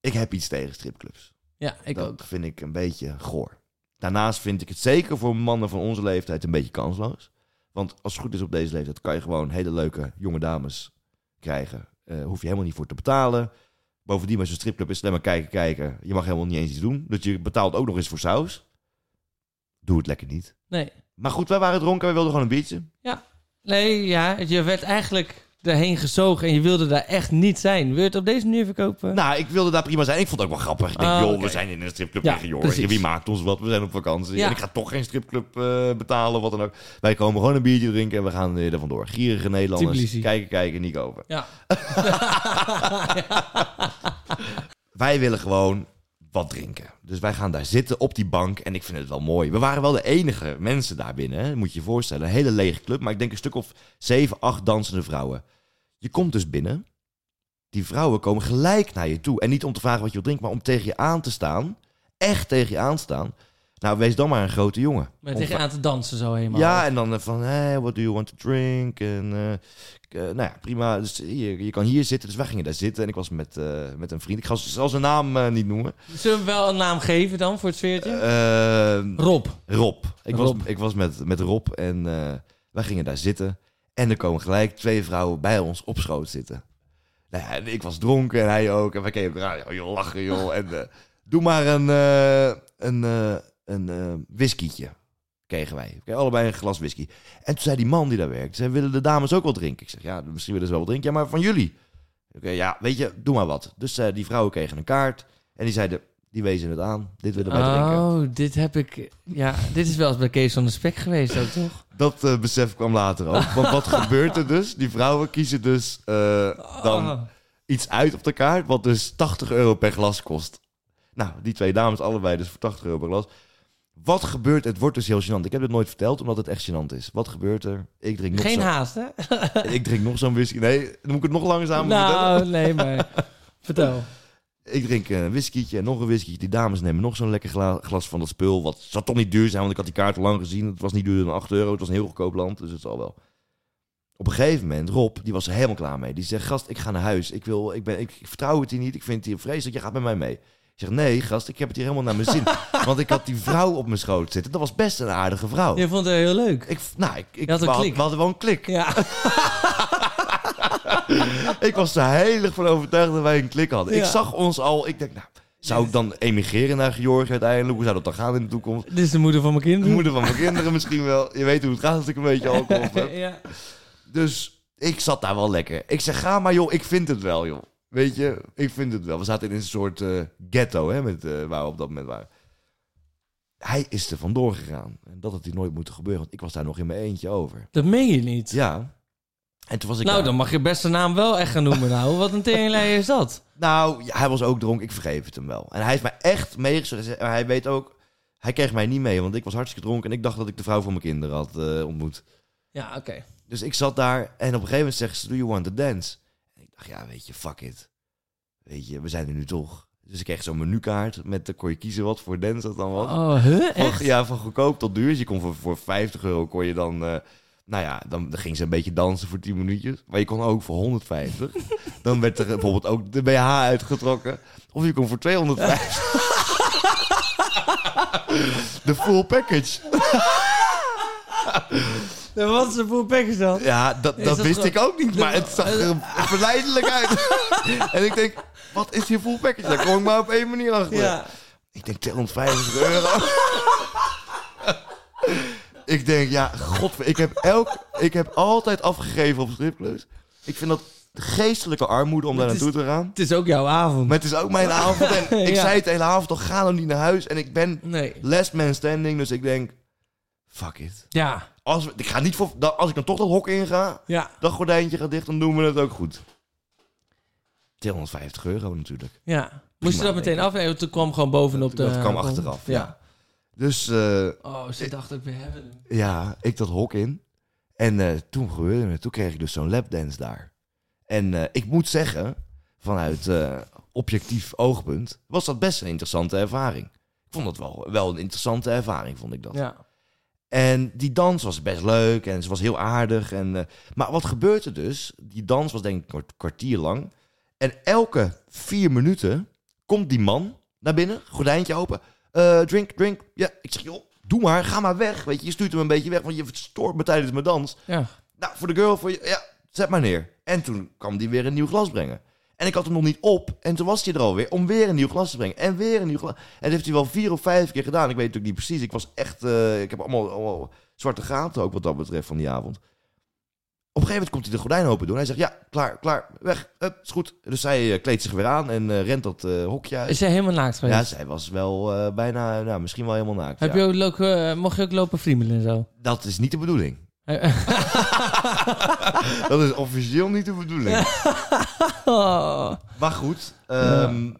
ik heb iets tegen stripclubs. Ja, ik dat ook. vind ik een beetje goor. Daarnaast vind ik het zeker voor mannen van onze leeftijd een beetje kansloos. Want als het goed is op deze leeftijd kan je gewoon hele leuke jonge dames krijgen. Eh hoef je helemaal niet voor te betalen. Bovendien bij zo'n stripclub is het alleen maar kijken, kijken. Je mag helemaal niet eens iets doen. Dus je betaalt ook nog eens voor saus. Doe het lekker niet. Nee. Maar goed, wij waren dronken. Wij wilden gewoon een biertje. Nee, ja, je werd eigenlijk erheen gezogen en je wilde daar echt niet zijn. Wil je het op deze manier verkopen? Nou, ik wilde daar prima zijn. Ik vond het ook wel grappig. Ik denk, Ah, joh, oké. we zijn in een stripclub Ja, tegen joh. precies. Wie maakt ons wat? We zijn op vakantie. Ja. En ik ga toch geen stripclub eh, betalen, wat dan ook. Wij komen gewoon een biertje drinken en we gaan eh, er vandoor. Gierige Nederlanders. Tbilisi. Kijken, kijken, niet over. Ja. Wij willen gewoon wat drinken. Dus wij gaan daar zitten op die bank en ik vind het wel mooi. We waren wel de enige mensen daar binnen, hè. moet je je voorstellen. Een hele lege club, maar ik denk een stuk of zeven, acht dansende vrouwen. Je komt dus binnen. Die vrouwen komen gelijk naar je toe. En niet om te vragen wat je wilt drinken, maar om tegen je aan te staan. Echt tegen je aan te staan. Nou, wees dan maar een grote jongen. Met Om- tegen aan te dansen zo helemaal. ja, en dan eh, van, hey, what do you want to drink? En eh, k- eh, nou ja, prima. Dus hier, je kan hier zitten. Dus wij gingen daar zitten. En ik was met, eh, met een vriend. Ik ga z- zal zijn naam eh, niet noemen. Zullen we hem wel een naam geven dan voor het sfeertje? Eh, Rob. Rob. Ik Rob. was, ik was met, met Rob en eh, wij gingen daar zitten. En er komen gelijk twee vrouwen bij ons op schoot zitten. Nou ja, en ik was dronken en hij ook. En wij keken elkaar aan. Joh, lachen joh. En eh, doe maar een, eh een, eh, een eh, whiskietje. Kregen wij. We kregen allebei een glas whisky. En toen zei die man die daar werkt. Zei, willen de dames ook wel drinken? Ik zeg, ja, misschien willen ze wel wat drinken. Ja, maar van jullie. Oké, ja, weet je, doe maar wat. Dus eh, die vrouwen kregen een kaart. En die zeiden, die wezen het aan. Dit willen wij drinken. Oh, dit heb ik... Ja, dit is wel eens bij Kees van de Spek geweest ook, toch? Dat eh, besef kwam later ook. Want [LAUGHS] wat gebeurt er dus? Die vrouwen kiezen dus eh, dan Oh. iets uit op de kaart, wat dus 80 euro per glas kost. Nou, die twee dames allebei dus voor 80 euro per glas. Wat gebeurt? Het wordt dus heel gênant. Ik heb het nooit verteld, omdat het echt gênant is. Wat gebeurt er? Ik drink nog, zo, Geen haast, hè? [LAUGHS] ik drink nog zo'n whisky. Nee, dan moet ik het nog langzamer vertellen. Nou, [LAUGHS] nee, maar... Vertel. Ik drink een whiskietje en nog een whiskietje. Die dames nemen nog zo'n lekker gla- glas van dat spul. Wat zal toch niet duur zijn, want ik had die kaart al lang gezien. Het was niet duurder dan 8 euro. Het was een heel goedkoop land, dus het zal wel. Op een gegeven moment, Rob, die was er helemaal klaar mee. Die zegt, gast, ik ga naar huis. Ik, wil, ik, ben, ik, ik vertrouw het hier niet. Ik vind het hier vreselijk. Je gaat met mij mee. Ik zeg, nee, gast, ik heb het hier helemaal naar mijn [LAUGHS] zin. want ik had die vrouw op mijn schoot zitten. Dat was best een aardige vrouw. Je vond het heel leuk. Ik, nou, ik, ik, had een we, klik. we hadden wel een klik. [LAUGHS] Ja. Ik was er heilig van overtuigd dat wij een klik hadden. Ik Ja. zag ons al, ik denk, nou, zou ik dan emigreren naar Georgië uiteindelijk? Hoe zou dat dan gaan in de toekomst? Dit is de moeder van mijn De kinderen. moeder van mijn kinderen misschien wel. Je weet hoe het gaat als ik een [LAUGHS] beetje alcohol op [LAUGHS] heb. Ja. Dus ik zat daar wel lekker. Ik zeg, ga maar joh, ik vind het wel joh. Weet je, ik vind het wel. We zaten in een soort eh, ghetto hè, met, eh, waar we op dat moment waren. Hij is er vandoor gegaan. En dat had hij nooit moeten gebeuren, want ik was daar nog in mijn eentje over. Dat meen je niet. Ja. En toen was ik nou, daar- dan mag je best de naam wel echt gaan noemen nou. Wat een teringleier is dat? Nou, ja, hij was ook dronken. Ik vergeef het hem wel. En hij heeft mij echt meegezogen. Maar Hij weet ook... Hij kreeg mij niet mee, want ik was hartstikke dronken... en ik dacht dat ik de vrouw van mijn kinderen had eh, ontmoet. Ja, oké. Dus ik zat daar en op een gegeven moment zegt ze... Do you want to dance? En ik dacht, ja, weet je, fuck it. Weet je, we zijn er nu toch. Dus ik kreeg zo'n menukaart met... eh, kon je kiezen wat voor dance dat dan was. Oh, huh? Van- Echt? ja, van goedkoop tot duur. Dus je kon voor, voor 50 euro kon je dan... eh, nou ja, dan, dan ging ze een beetje dansen voor 10 minuutjes. Maar je kon ook voor 150. dan werd er bijvoorbeeld ook de BH uitgetrokken. Of je kon voor 250. de full package. Dat was een full package dan. Ja, dat, Is dat dat wist gewoon- ik ook niet. Maar het zag er verleidelijk uit. en ik denk, wat is hier full package? Daar kom ik maar op één manier achter. Ja. Ik denk 250 euro. ik denk, ja, god, ik heb, elk, ik heb altijd afgegeven op stripclubs. Ik vind dat geestelijke armoede om daar Het is- naartoe te gaan. Het is ook jouw avond. Maar het is ook mijn avond [LAUGHS] en ik Ja. zei het de hele avond al, ga dan niet naar huis. En ik ben Nee. last man standing, dus ik denk, fuck it. Ja. Als, we- ik ga niet voor, dan- als ik dan toch dat hok inga, Ja. dat gordijntje gaat dicht, dan doen we het ook goed. 250 euro natuurlijk. Ja. Moest je dat denk meteen ik. afnemen? Toen kwam gewoon bovenop de... dat kwam achteraf, ja. Dus eh, Oh, ze dacht ook, we hebben hem. Ja, ik dat hok in. En eh, toen gebeurde het. Toen kreeg ik dus zo'n lapdance daar. En eh, ik moet zeggen, vanuit eh, objectief oogpunt, was dat best een interessante ervaring. Ik vond dat wel, wel een interessante ervaring, vond ik dat. Ja. En die dans was best leuk en ze was heel aardig. En, eh, maar wat gebeurde dus? Die dans was denk ik een kwartier lang. En elke vier minuten komt die man naar binnen, gordijntje open. Eh, drink, drink. Ja, ik zeg, joh, doe maar, ga maar weg. Weet je, je stuurt hem een beetje weg, want je stoort me tijdens mijn dans. ja. Nou, voor de girl, voor je, ja, zet maar neer. En toen kwam die weer een nieuw glas brengen. En ik had hem nog niet op. En toen was hij er alweer om weer een nieuw glas te brengen. En weer een nieuw glas. En dat heeft hij wel vier of vijf keer gedaan. Ik weet natuurlijk niet precies. Ik was echt... eh, ik heb allemaal, allemaal zwarte gaten ook wat dat betreft van die avond. Op een gegeven moment komt hij de gordijn open doen. Hij zegt, ja, klaar, klaar, weg. Hup, is goed. Dus zij eh, kleedt zich weer aan en eh, rent dat eh, hokje uit. Is hij helemaal naakt geweest? Ja, zij was wel eh, bijna... Nou, misschien wel helemaal naakt. Heb ja. je ook lo- eh, mocht je ook lopen friemelen en zo? [LAUGHS] Dat is niet de bedoeling. Eh, Dat is officieel niet de [LAUGHS] bedoeling. oh. Maar goed, ehm,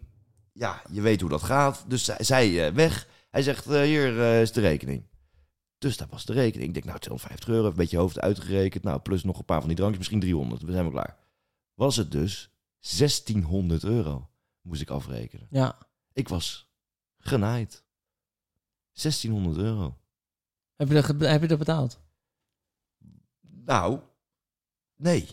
ja. je weet hoe dat gaat. Dus zij, zij eh, weg. Hij zegt, eh, hier eh, is de rekening. Dus daar was de rekening. Ik denk, nou, 250 euro, een beetje hoofd uitgerekend. Nou, plus nog een paar van die drankjes, misschien 300. We zijn wel klaar. Was het dus 1600 euro, moest ik afrekenen. Ja. Ik was genaaid. 1600 euro. Heb je, dat ge- heb je dat betaald? Nou, nee.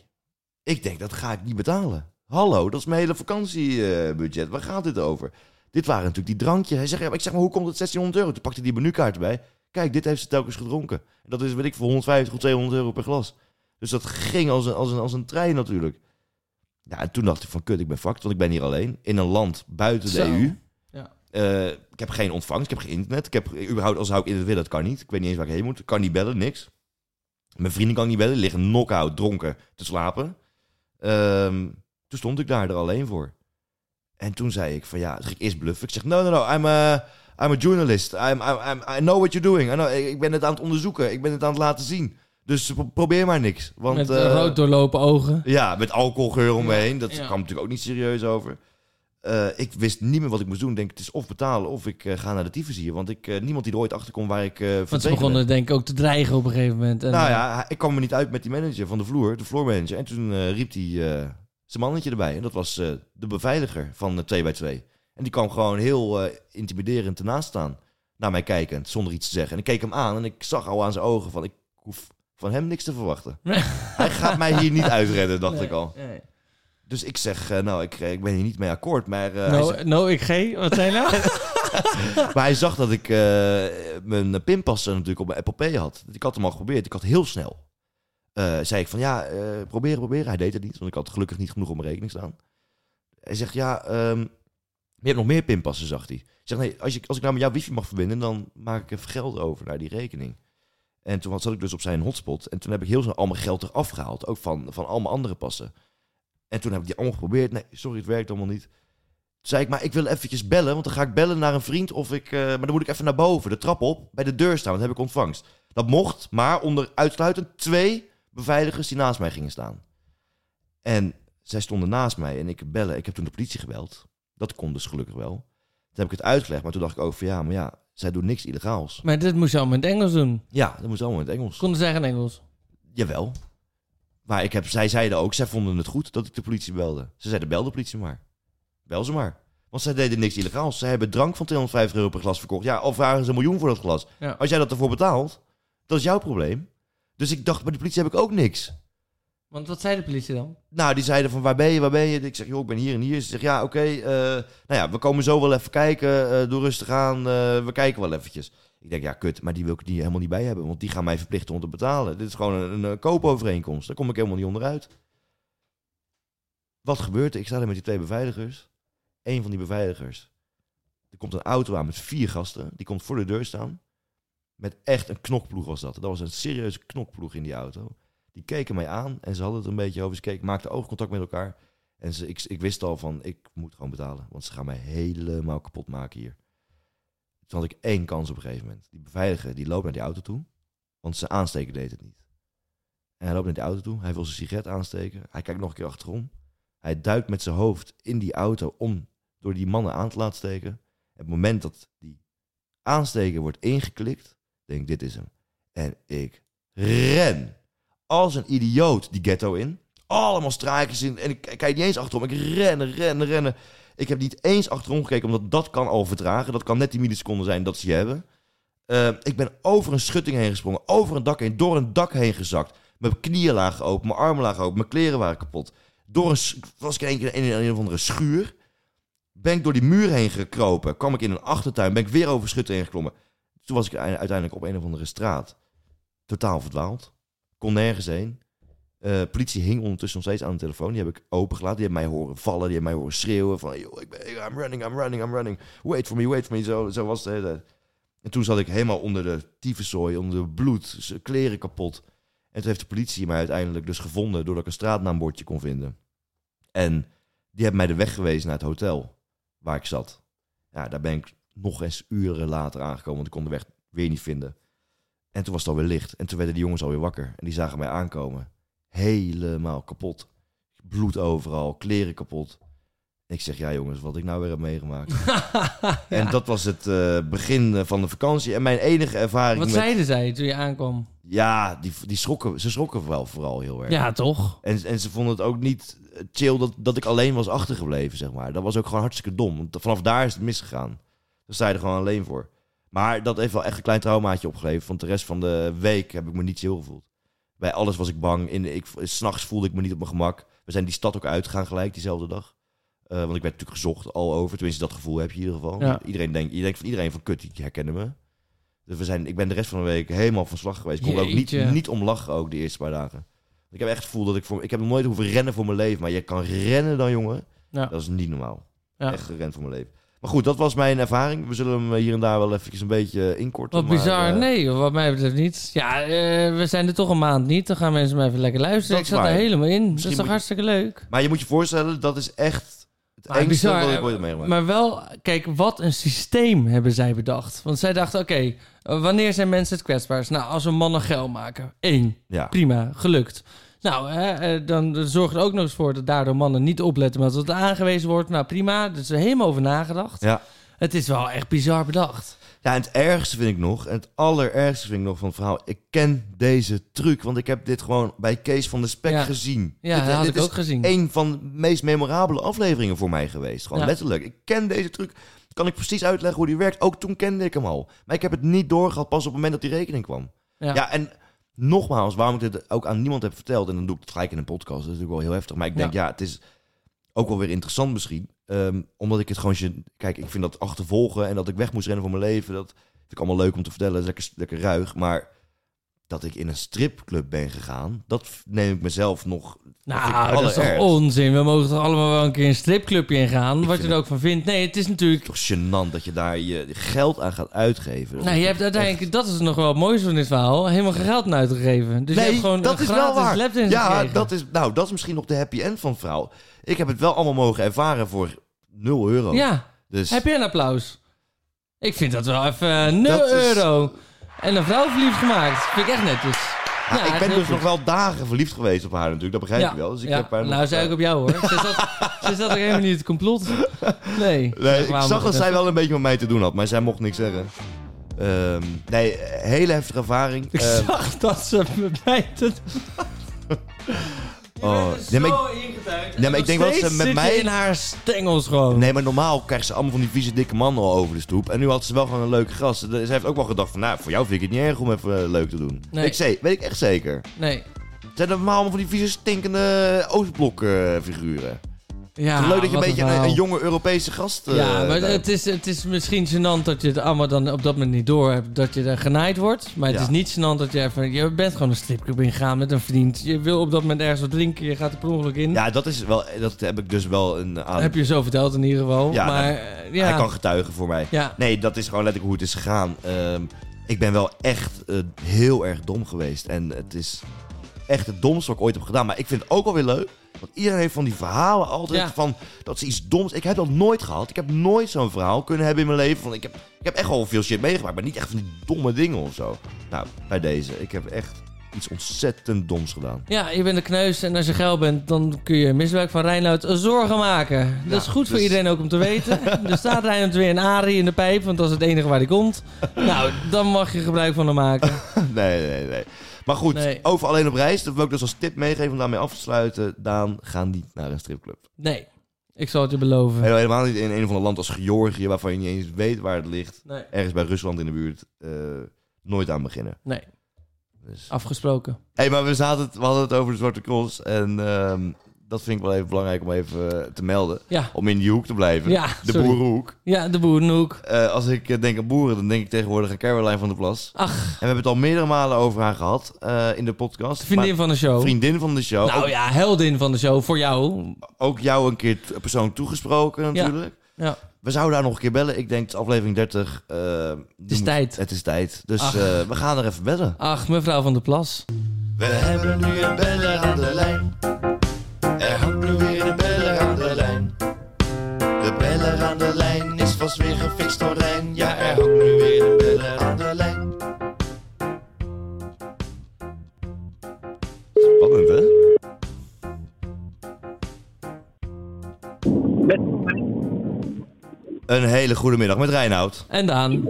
Ik denk, dat ga ik niet betalen. Hallo, dat is mijn hele vakantiebudget. Waar gaat dit over? Dit waren natuurlijk die drankjes. Hij zegt, ja, maar ik zeg maar, hoe komt het 1600 euro? Toen pakte hij die menukaart erbij. Kijk, dit heeft ze telkens gedronken. En dat is, weet ik, voor 150 of 200 euro per glas. Dus dat ging als een, als een, als een trein natuurlijk. Ja, en toen dacht ik van, kut, ik ben fucked, want ik ben hier alleen. In een land buiten de Zo. EU. Ja. Eh, ik heb geen ontvangst, ik heb geen internet. Ik heb überhaupt, als zou ik internet willen, dat kan niet. Ik weet niet eens waar ik heen moet. Ik kan niet bellen, niks. Mijn vrienden kan ik niet bellen, liggen knock-out, dronken, te slapen. Ehm, toen stond ik daar er alleen voor. En toen zei ik van ja, dus ik eerst bluffen. Ik zeg, no, no, no, I'm a, I'm a journalist. I'm, I'm, I'm- I know what you're doing. I know, ik, ik ben het aan het onderzoeken, ik ben het aan het laten zien. Dus pro- probeer maar niks. Want, Met eh, eh, rood doorlopen ogen. ja, met alcoholgeur om me heen. Dat ja. kwam natuurlijk ook niet serieus over. Eh, ik wist niet meer wat ik moest doen. Ik denk, het is of betalen of ik eh, ga naar de tyfus hier. Want ik, eh, niemand die er ooit achter kon waar ik eh Want ze vertegen ben. begonnen denk ik ook te dreigen op een gegeven moment. En, Nou eh, ja, hij- ik kwam er niet uit met die manager van de vloer, de floormanager. En toen eh, riep hij eh, zijn mannetje erbij. En dat was eh, de beveiliger van eh, 2x2. En die kwam gewoon heel eh, intimiderend ernaast staan. Naar mij kijkend, zonder iets te zeggen. En ik keek hem aan en ik zag al aan zijn ogen van... Ik hoef van hem niks te verwachten. [LAUGHS] Nee. Hij gaat mij hier niet uitredden, dacht ik al. Nee. Dus ik zeg, eh, nou, ik, eh, ik ben hier niet mee akkoord. Maar, eh, hij, No, zegt- no, ik G. Wat zijn nou? [LAUGHS] maar hij zag dat ik eh, mijn pinpas er natuurlijk op mijn Apple Pay had. Ik had hem al geprobeerd. Ik had heel snel. eh, zei ik van, ja, eh, proberen, proberen. Hij deed het niet, want ik had gelukkig niet genoeg op mijn rekening staan. Hij zegt, ja, ehm, je hebt nog meer pinpassen, zag hij. Ik zeg, nee, als ik, als ik nou met jouw wifi mag verbinden... dan maak ik even geld over naar die rekening. En toen zat ik dus op zijn hotspot. En toen heb ik heel snel al mijn geld eraf gehaald. Ook van, van al mijn andere passen. En toen heb ik die allemaal geprobeerd. Nee, sorry, het werkt allemaal niet. Toen zei ik, maar ik wil eventjes bellen, want dan ga ik bellen naar een vriend of ik... eh, maar dan moet ik even naar boven, de trap op, bij de deur staan, want dan heb ik ontvangst. Dat mocht, maar onder uitsluitend twee beveiligers die naast mij gingen staan. En zij stonden naast mij en ik bellen. Ik heb toen de politie gebeld. Dat kon dus gelukkig wel. Toen heb ik het uitgelegd, maar toen dacht ik ook van ja, maar ja, zij doen niks illegaals. Maar dit moest je allemaal in het Engels doen. Ja, dat moest allemaal in het Engels. Konden ze zeggen in Engels? Jawel. Maar ik heb, zij zeiden ook, zij vonden het goed dat ik de politie belde. Ze zeiden, bel de politie maar. Bel ze maar. Want zij deden niks illegaals. Zij hebben drank van 250 euro per glas verkocht. Ja, al vragen ze een miljoen voor dat glas. Ja. Als jij dat ervoor betaalt, dat is jouw probleem. Dus ik dacht, bij de politie heb ik ook niks. Want wat zei de politie dan? Nou, die zeiden van, waar ben je, waar ben je? Ik zeg, joh, ik ben hier en hier. Ze zegt, ja, oké, eh, nou ja, we komen zo wel even kijken. eh, doe rustig aan, eh, we kijken wel eventjes. Ik denk, ja, kut, maar die wil ik niet, helemaal niet bij hebben. Want die gaan mij verplichten om te betalen. Dit is gewoon een, een eh, koopovereenkomst. Daar kom ik helemaal niet onderuit. Wat gebeurt er? Ik sta daar met die twee beveiligers. Eén van die beveiligers. Er komt een auto aan met vier gasten. Die komt voor de deur staan. Met echt een knokploeg was dat. Dat was een serieuze knokploeg in die auto. Die keken mij aan en ze hadden het een beetje over. Ze keken, maakten oogcontact met elkaar. En ze, ik, ik wist al van, ik moet gewoon betalen. Want ze gaan mij helemaal kapot maken hier. Toen had ik één kans op een gegeven moment. Die beveiliger die loopt naar die auto toe. Want ze aansteken deed het niet. En hij loopt naar die auto toe. Hij wil zijn sigaret aansteken. Hij kijkt nog een keer achterom. Hij duikt met zijn hoofd in die auto om door die mannen aan te laten steken. Het moment dat die aansteker wordt ingeklikt, denk ik, dit is hem. En ik ren als een idioot die ghetto in. Allemaal straatjes in. En ik ik kijk niet eens achterom. Ik ren, ren, rennen. Ik heb niet eens achterom gekeken, omdat dat kan al vertragen. Dat kan net die milliseconden zijn dat ze je hebben. Eh, ik ben over een schutting heen gesprongen, over een dak heen, door een dak heen gezakt. Mijn knieën lagen open, mijn armen lagen open, mijn kleren waren kapot. Door een, s- was ik in één keer in een, een of andere schuur. Ben ik door die muur heen gekropen, kwam ik in een achtertuin, ben ik weer over schutting heen geklommen. Toen was ik uite- uiteindelijk op een of andere straat. Totaal verdwaald. Kon nergens heen. Eh, politie hing ondertussen nog steeds aan de telefoon. Die heb ik opengelaten. Die hebben mij horen vallen. Die hebben mij horen schreeuwen. Van, yo, ik ben, I'm running, I'm running, I'm running. Wait for me, wait for me. Zo, zo was het de hele tijd. En toen zat ik helemaal onder de tyfuszooi, onder de bloed, z- kleren kapot. En toen heeft de politie mij uiteindelijk dus gevonden... doordat ik een straatnaambordje kon vinden. En die hebben mij de weg gewezen naar het hotel waar ik zat. Ja, daar ben ik nog eens uren later aangekomen... want ik kon de weg weer niet vinden. En toen was het alweer licht. En toen werden die jongens alweer wakker. En die zagen mij aankomen helemaal kapot. Bloed overal, kleren kapot. Ik zeg, ja jongens, wat ik nou weer heb meegemaakt. En dat was het eh, begin eh, van de vakantie. En mijn enige ervaring Wat met... zeiden zij toen je aankwam? Ja, die, die schrokken, ze schrokken wel vooral heel erg. Ja, toch? En, en ze vonden het ook niet chill dat, dat ik alleen was achtergebleven, zeg maar. Dat was ook gewoon hartstikke dom. Want vanaf daar is het misgegaan. Daar sta je er gewoon alleen voor. Maar dat heeft wel echt een klein traumaatje opgeleverd. Want de rest van de week heb ik me niet chill gevoeld. Bij alles was ik bang. In, ik, s'nachts voelde ik me niet op mijn gemak. We zijn die stad ook uitgegaan gelijk diezelfde dag. Eh, want ik werd natuurlijk gezocht al over. Tenminste, dat gevoel heb je in ieder geval. Ja. Iedereen denkt, je denkt van iedereen van kut, die herkennen me. Dus we zijn, ik ben de rest van de week helemaal van slag geweest. Ik kon er ook niet, Jeetje. niet om lachen ook de eerste paar dagen. Ik heb echt het gevoel dat ik voor... Ik heb nog nooit hoeven rennen voor mijn leven. Maar je kan rennen dan, jongen. Ja. Dat is niet normaal. Ja. Echt gerend voor mijn leven. Maar goed, dat was mijn ervaring. We zullen hem eh, hier en daar wel eventjes een beetje inkorten. Wat maar, bizar. eh, nee, joh, wat mij betreft niet. Ja, eh, we zijn er toch een maand niet. Dan gaan mensen maar even lekker luisteren. Dat Ik is zat er waar. helemaal in. dat Misschien is toch moet hartstikke leuk. Maar je moet je voorstellen, dat is echt het Maar engste bizar, wat ik eh, ooit heb meegemaakt. Maar wel, kijk, wat een systeem hebben zij bedacht. Want zij dachten, oké, eh, wanneer zijn mensen het kwetsbaars? Nou, als we mannen geil maken. Eén. ja. Prima, gelukt. Nou, hè, eh, dan zorgt er ook nog eens voor dat daardoor mannen niet opletten met wat er aangewezen wordt. Nou, prima. Dus er helemaal over nagedacht. Ja. Het is wel echt bizar bedacht. ja, en het ergste vind ik nog, en het allerergste vind ik nog van het verhaal... Ik ken deze truc, want ik heb dit gewoon bij Kees van de Spek Ja. gezien. Ja, dit, eh, dat had dit ik is ook gezien. een van de meest memorabele afleveringen voor mij geweest. Gewoon Ja. letterlijk. Ik ken deze truc. Kan ik precies uitleggen hoe die werkt. Ook toen kende ik hem al. Maar ik heb het niet doorgehad pas op het moment dat die rekening kwam. Ja, Ja. en nogmaals, waarom ik dit ook aan niemand heb verteld... en dan doe ik het gelijk in een podcast, dat is natuurlijk wel heel heftig. Maar ik denk, ja, het is ook wel weer interessant misschien. Ehm, omdat ik het gewoon... gen- Kijk, ik vind dat achtervolgen en dat ik weg moest rennen voor mijn leven... dat vind ik allemaal leuk om te vertellen. Dat is lekker, lekker ruig, maar... Dat ik in een stripclub ben gegaan, dat neem ik mezelf nog. vind ik Nou, dat is toch allerergst. onzin. We mogen toch allemaal wel een keer een stripclubje ingaan. Ik Wat je vind er ook van vindt. Nee, het is natuurlijk... Toch gênant dat je daar je geld aan gaat uitgeven. Nou, je hebt uiteindelijk, dat is nog wel het mooiste van dit verhaal, helemaal geen geld aan uitgegeven. Dus je hebt gewoon een gratis laptop in Ja, gekregen. dat is, nou, dat is misschien nog de happy end van het verhaal. Ik heb het wel allemaal mogen ervaren voor 0 euro. Ja, Dus heb je een applaus? Ik vind dat wel even eh, 0 Dat is- euro. En een vrouw verliefd gemaakt. Vind ik echt netjes. ja, ik ben heel dus goed. nog wel dagen verliefd geweest op haar natuurlijk. Dat begrijp Ja, je wel. Dus ik ja. heb haar nog- Nou, zei ik op jou hoor. Ze zat, [LAUGHS] ze zat ook helemaal niet in het complot. Nee. Nee, Zeg, ik waarom zag dat moet ik zij wel een beetje met mij te doen had, maar zij mocht niks zeggen. Ehm, nee, hele heftige ervaring. Ik Ehm, zag dat ze me bij [LAUGHS] te... oh, nee, maar ik- ingetuigd. maar ik denk wel dat ze met mij- in haar stengels gewoon. Nee, maar normaal krijgt ze allemaal van die vieze dikke mannen al over de stoep. En nu had ze wel gewoon een leuke gast. Ze heeft ook wel gedacht van, nou, voor jou vind ik het niet erg om even eh, leuk te doen. Nee. Ik zei, weet ik echt zeker. Nee. Het zijn normaal allemaal van die vieze stinkende eh, Oostblok-figuren. Ja, Leuk dat je een Ah, wat beetje een, verhaal. een jonge Europese gast... eh, Ja, maar daar- het is, het is misschien gênant dat je het allemaal dan op dat moment niet door hebt. Dat je er genaaid wordt. Maar het Ja. is niet gênant dat je even... Je bent gewoon een stripclub ingegaan met een vriend. Je wil op dat moment ergens wat drinken. Je gaat er per ongeluk in. Ja, dat is wel... Dat heb ik dus wel een... aan- Heb je zo verteld in ieder geval. Ja, maar nou, eh, ja. Hij kan getuigen voor mij. Ja. Nee, dat is gewoon letterlijk hoe het is gegaan. Ehm, ik ben wel echt eh, heel erg dom geweest. En het is echt het domste wat ik ooit heb gedaan. Maar ik vind het ook alweer leuk. Want iedereen heeft van die verhalen altijd Ja. van dat ze iets doms... Ik heb dat nooit gehad. Ik heb nooit zo'n verhaal kunnen hebben in mijn leven. Van, ik, heb, ik heb echt al veel shit meegemaakt, maar niet echt van die domme dingen of zo. Nou, bij deze. Ik heb echt iets ontzettend doms gedaan. [LAUGHS] Ja, je bent een kneus en als je geil bent, dan kun je misbruik van Reinoud zorgen maken. Dat is goed voor dus- iedereen ook om te weten. [LAUGHS] er staat Reinoud weer een arie in de pijp, want dat is het enige waar hij [LAUGHS] komt. Nou, dan mag je gebruik van hem maken. Nee, nee, nee. Maar goed, Nee. over alleen op reis. Dat wil ik dus als tip meegeven om daarmee af te sluiten. Daan, ga niet naar een stripclub. Nee. Ik zal het je beloven. Helemaal- Helemaal niet in een of ander land als Georgië, waarvan je niet eens weet waar het ligt. Nee. Ergens bij Rusland in de buurt. eh, nooit aan beginnen. Nee, Dus. afgesproken. Hé, maar we, zaten het, we hadden het over de Zwarte Cross. En ehm, dat vind ik wel even belangrijk om even eh, te melden. Ja. Om in die hoek te blijven. Ja, de sorry. boerenhoek. Ja, de boerenhoek. Eh, als ik eh, denk aan boeren, dan denk ik tegenwoordig aan Caroline van der Plas. Ach. En we hebben het al meerdere malen over haar gehad eh, in de podcast. De vriendin Maar- van de show. vriendin van de show. Nou ook, ja, heldin van de show voor jou. ook jou een keer t- persoon toegesproken natuurlijk. Ja. We zouden daar nog een keer bellen. Ik denk het is aflevering 30. eh, die is moet- tijd. Het is tijd. Dus Ach. eh, we gaan er even bellen. Ach, mevrouw van der Plas. We hebben nu een beller aan de lijn. Er hangt nu weer een beller aan de lijn. De beller aan de lijn is vast weer gefixt door Rijn. Ja, er hangt nu weer een beller aan de lijn. Spannend, hè? Een hele goede middag met Reinoud. [LAUGHS] En Daan.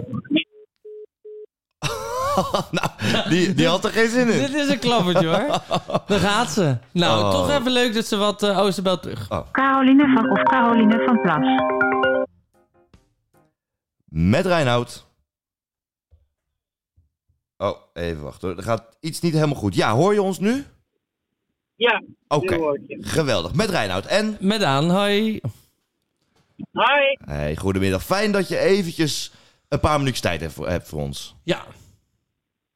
nou, die, die had er geen zin Dit in. is een klappertje [LAUGHS] hoor. Daar gaat ze. Nou, Oh. toch even leuk dat ze wat eh Oosterbel terug. Caroline van of Caroline van Plas. Met Reinoud. Oh, even wachten hoor. Er gaat iets niet helemaal goed. Ja, hoor je ons nu? Ja, Oké, nu hoor ik je. geweldig. Met Reinoud en... Met Daan, hoi. Hi. Hey, goedemiddag. Fijn dat je eventjes een paar minuutjes tijd hebt voor, hebt voor ons. Ja.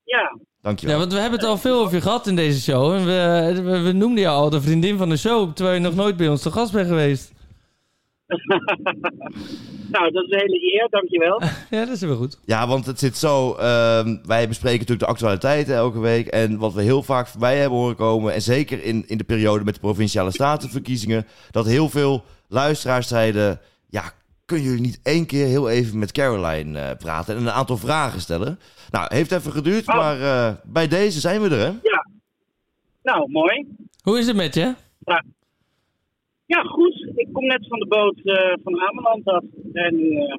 Ja, Dankjewel. ja, want we hebben het al veel over je gehad in deze show. En we, we, we noemden jou al de vriendin van de show, terwijl je nog nooit bij ons te gast bent geweest. nou dat is een hele eer, dankjewel. Ja, dat is weer goed. Ja, want het zit zo. ehm, wij bespreken natuurlijk de actualiteiten elke week. En wat we heel vaak voorbij hebben horen komen. En zeker in, in de periode met de provinciale statenverkiezingen. Dat heel veel luisteraars zeiden. Ja, kunnen jullie niet één keer heel even met Caroline eh, praten? En een aantal vragen stellen. Nou, heeft even geduurd. Maar eh, bij deze zijn we er, hè? Nou, mooi. Hoe is het met je? Ja, goed. Ik kom net van de boot eh, van Ameland af en eh,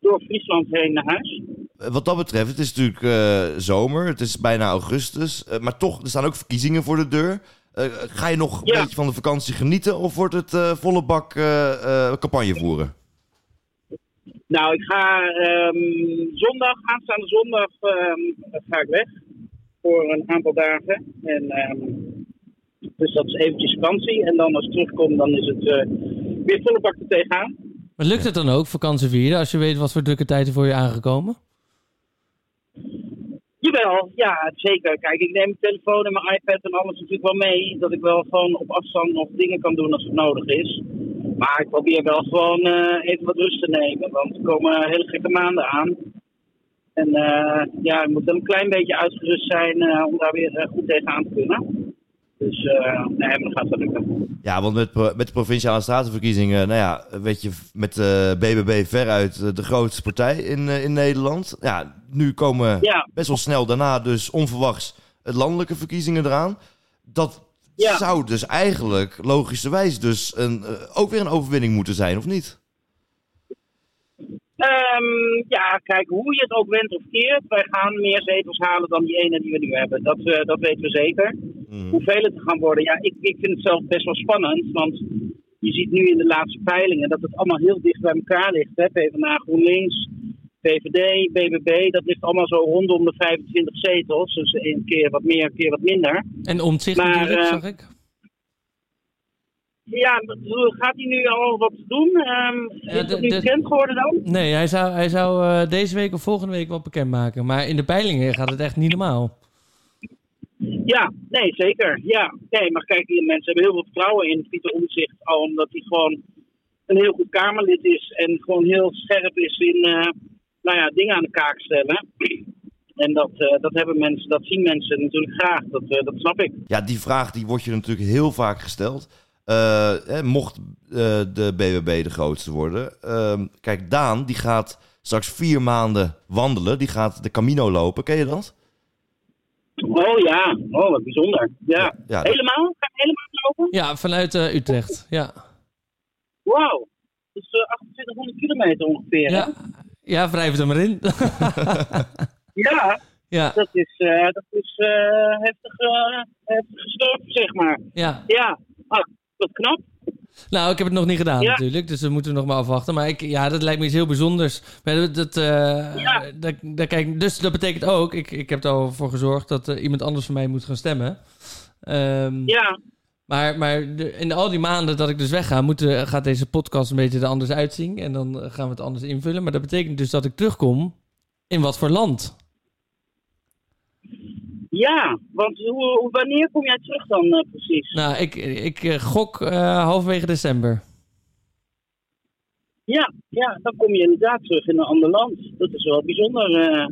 door Friesland heen naar huis. Eh, Wat dat betreft, het is natuurlijk eh, zomer. Het is bijna augustus. eh, maar toch, er staan ook verkiezingen voor de deur. Eh, ga je nog Ja. een beetje van de vakantie genieten? Of wordt het eh, volle bak eh, eh, campagne voeren? Nou, ik ga ehm, zondag, aanstaande zondag, ehm, ga ik weg voor een aantal dagen. En, ehm, dus dat is eventjes vakantie. En dan als ik terugkom, dan is het eh, weer volle bak er tegenaan. Maar lukt het dan ook, vakantie vieren, als je weet wat voor drukke tijden voor je aangekomen? Jawel, ja, zeker. Kijk, ik neem mijn telefoon en mijn iPad en alles natuurlijk wel mee. Dat ik wel gewoon op afstand nog dingen kan doen als het nodig is. Maar ik probeer wel gewoon eh, even wat rust te nemen. Want er komen hele gekke maanden aan. En eh, ja, je moet dan een klein beetje uitgerust zijn eh, om daar weer eh, goed tegenaan te kunnen. Dus eh, nee, maar dan gaat dat lukken. Ja, want met, pro- met de provinciale statenverkiezingen, nou ja, weet je, met eh, de BBB veruit eh, de grootste partij in, eh, in Nederland. Ja, nu komen Ja. best wel snel daarna dus onverwachts het landelijke verkiezingen eraan. Dat Ja. zou dus eigenlijk logischerwijs dus een, eh, ook weer een overwinning moeten zijn, of niet? Ehm, ja, kijk, hoe je het ook went of keert, wij gaan meer zetels halen dan die ene die we nu hebben. Dat, eh, dat weten we zeker. Hoeveel het er gaan worden, ja, ik, ik vind het zelf best wel spannend. Want je ziet nu in de laatste peilingen dat het allemaal heel dicht bij elkaar ligt. Hè? PvdA, GroenLinks, VVD, BBB, dat ligt allemaal zo rondom de 25 zetels. Dus een keer wat meer, een keer wat minder. En omzicht Maar, natuurlijk, eh, zag ik. Ja, bedoel, gaat hij nu al wat doen? Ehm, Ja, is de- dat nu de- bekend geworden dan? Nee, hij zou, hij zou eh, deze week of volgende week wel bekendmaken. Maar in de peilingen gaat het echt niet normaal. Ja, nee, zeker. Ja, nee, maar kijk, die mensen hebben heel veel vertrouwen in Pieter Omtzigt. Al omdat hij gewoon een heel goed Kamerlid is en gewoon heel scherp is in eh, nou ja, dingen aan de kaak stellen. En dat, eh, dat, hebben mensen, dat zien mensen natuurlijk graag, dat, eh, dat snap ik. Ja, die vraag die wordt je natuurlijk heel vaak gesteld. Eh, hè, mocht eh, de BBB de grootste worden. Ehm, kijk, Daan die gaat straks vier maanden wandelen. Die gaat de Camino lopen. Ken je dat? Oh ja, oh wat bijzonder. Ja. ja, dat- helemaal? Ga je helemaal lopen? Ja, vanuit eh, Utrecht. Ja. Wauw, dat is eh, 2800 kilometer ongeveer. hè? Ja. ja, wrijf het er maar in. [LAUGHS] ja ja, dat is, eh, dat is eh heftig, eh heftig gestorven, zeg maar. ja. Ja, ah, wat knap. Nou, ik heb het nog niet gedaan Ja. natuurlijk, dus dat moeten we nog maar afwachten. Maar ik, ja, dat lijkt me iets heel bijzonders. Maar Dat, dat, eh, dat, dat- kijk, dus dat betekent ook, ik, ik heb er al voor gezorgd dat eh, iemand anders van mij moet gaan stemmen. Ehm, Ja, Maar, maar de- in al die maanden dat ik dus wegga, moet, eh, gaat deze podcast een beetje er anders uitzien. En dan eh, gaan we het anders invullen. Maar dat betekent dus dat ik terugkom in wat voor land. ja. Want hoe, hoe- wanneer kom jij terug dan eh, precies? Nou, ik, ik eh, gok eh, halverwege december. Ja, ja, dan kom je inderdaad terug in een ander land. Dat is wel bijzonder. eh.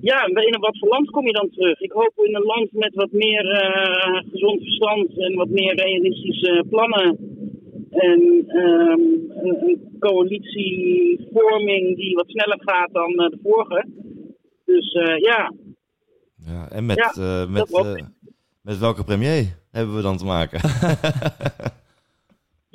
ja, in wat voor land kom je dan terug? Ik hoop in een land met wat meer eh, gezond verstand en wat meer realistische plannen. En ehm, een, een coalitievorming die wat sneller gaat dan eh, de vorige. Dus eh, ja, Ja, en met, Ja, eh, met, dat eh, met welke premier hebben we dan te maken? [LAUGHS]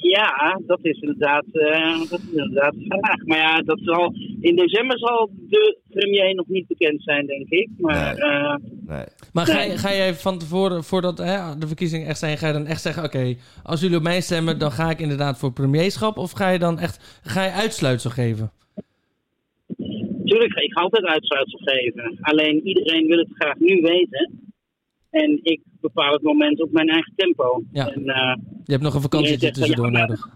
Ja, dat is inderdaad, eh, dat is inderdaad de vraag. Maar ja, dat zal, in december zal de premier nog niet bekend zijn, denk ik. Maar Nee. eh, nee. Maar ga, Nee. ga jij van tevoren, voordat hè, de verkiezingen echt zijn, ga je dan echt zeggen: Oké, als jullie op mij stemmen, dan ga ik inderdaad voor premierschap? Of ga je dan echt ga je uitsluitsel geven? natuurlijk, ik ga altijd uitsluitsel geven. Alleen iedereen wil het graag nu weten. En ik bepaal het moment op mijn eigen tempo. Ja. En, eh, Je hebt nog een vakantietje Nee, dat- ja, tussendoor maar- nodig.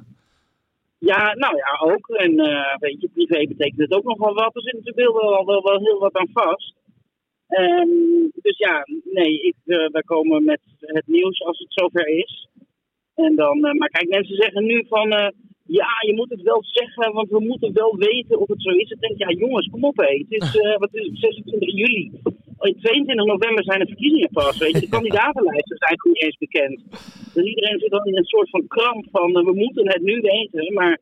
ja, nou ja, ook. En eh, weet je, privé betekent het ook nog wel wat. Er zit natuurlijk wel, wel, wel, wel heel wat aan vast. Ehm, dus ja, nee, ik, eh, wij komen met het nieuws als het zover is. En dan, eh, maar kijk, mensen zeggen nu van, eh, ja, je moet het wel zeggen, want we moeten wel weten of het zo is. Ik denk, ja, jongens, kom op, hé. Het is, eh, wat is het, 26 juli. Oh, 22 november zijn de verkiezingen pas, weet je. De kandidatenlijsten zijn eigenlijk niet eens bekend. Dus iedereen zit dan in een soort van kramp van, eh, we moeten het nu weten. Maar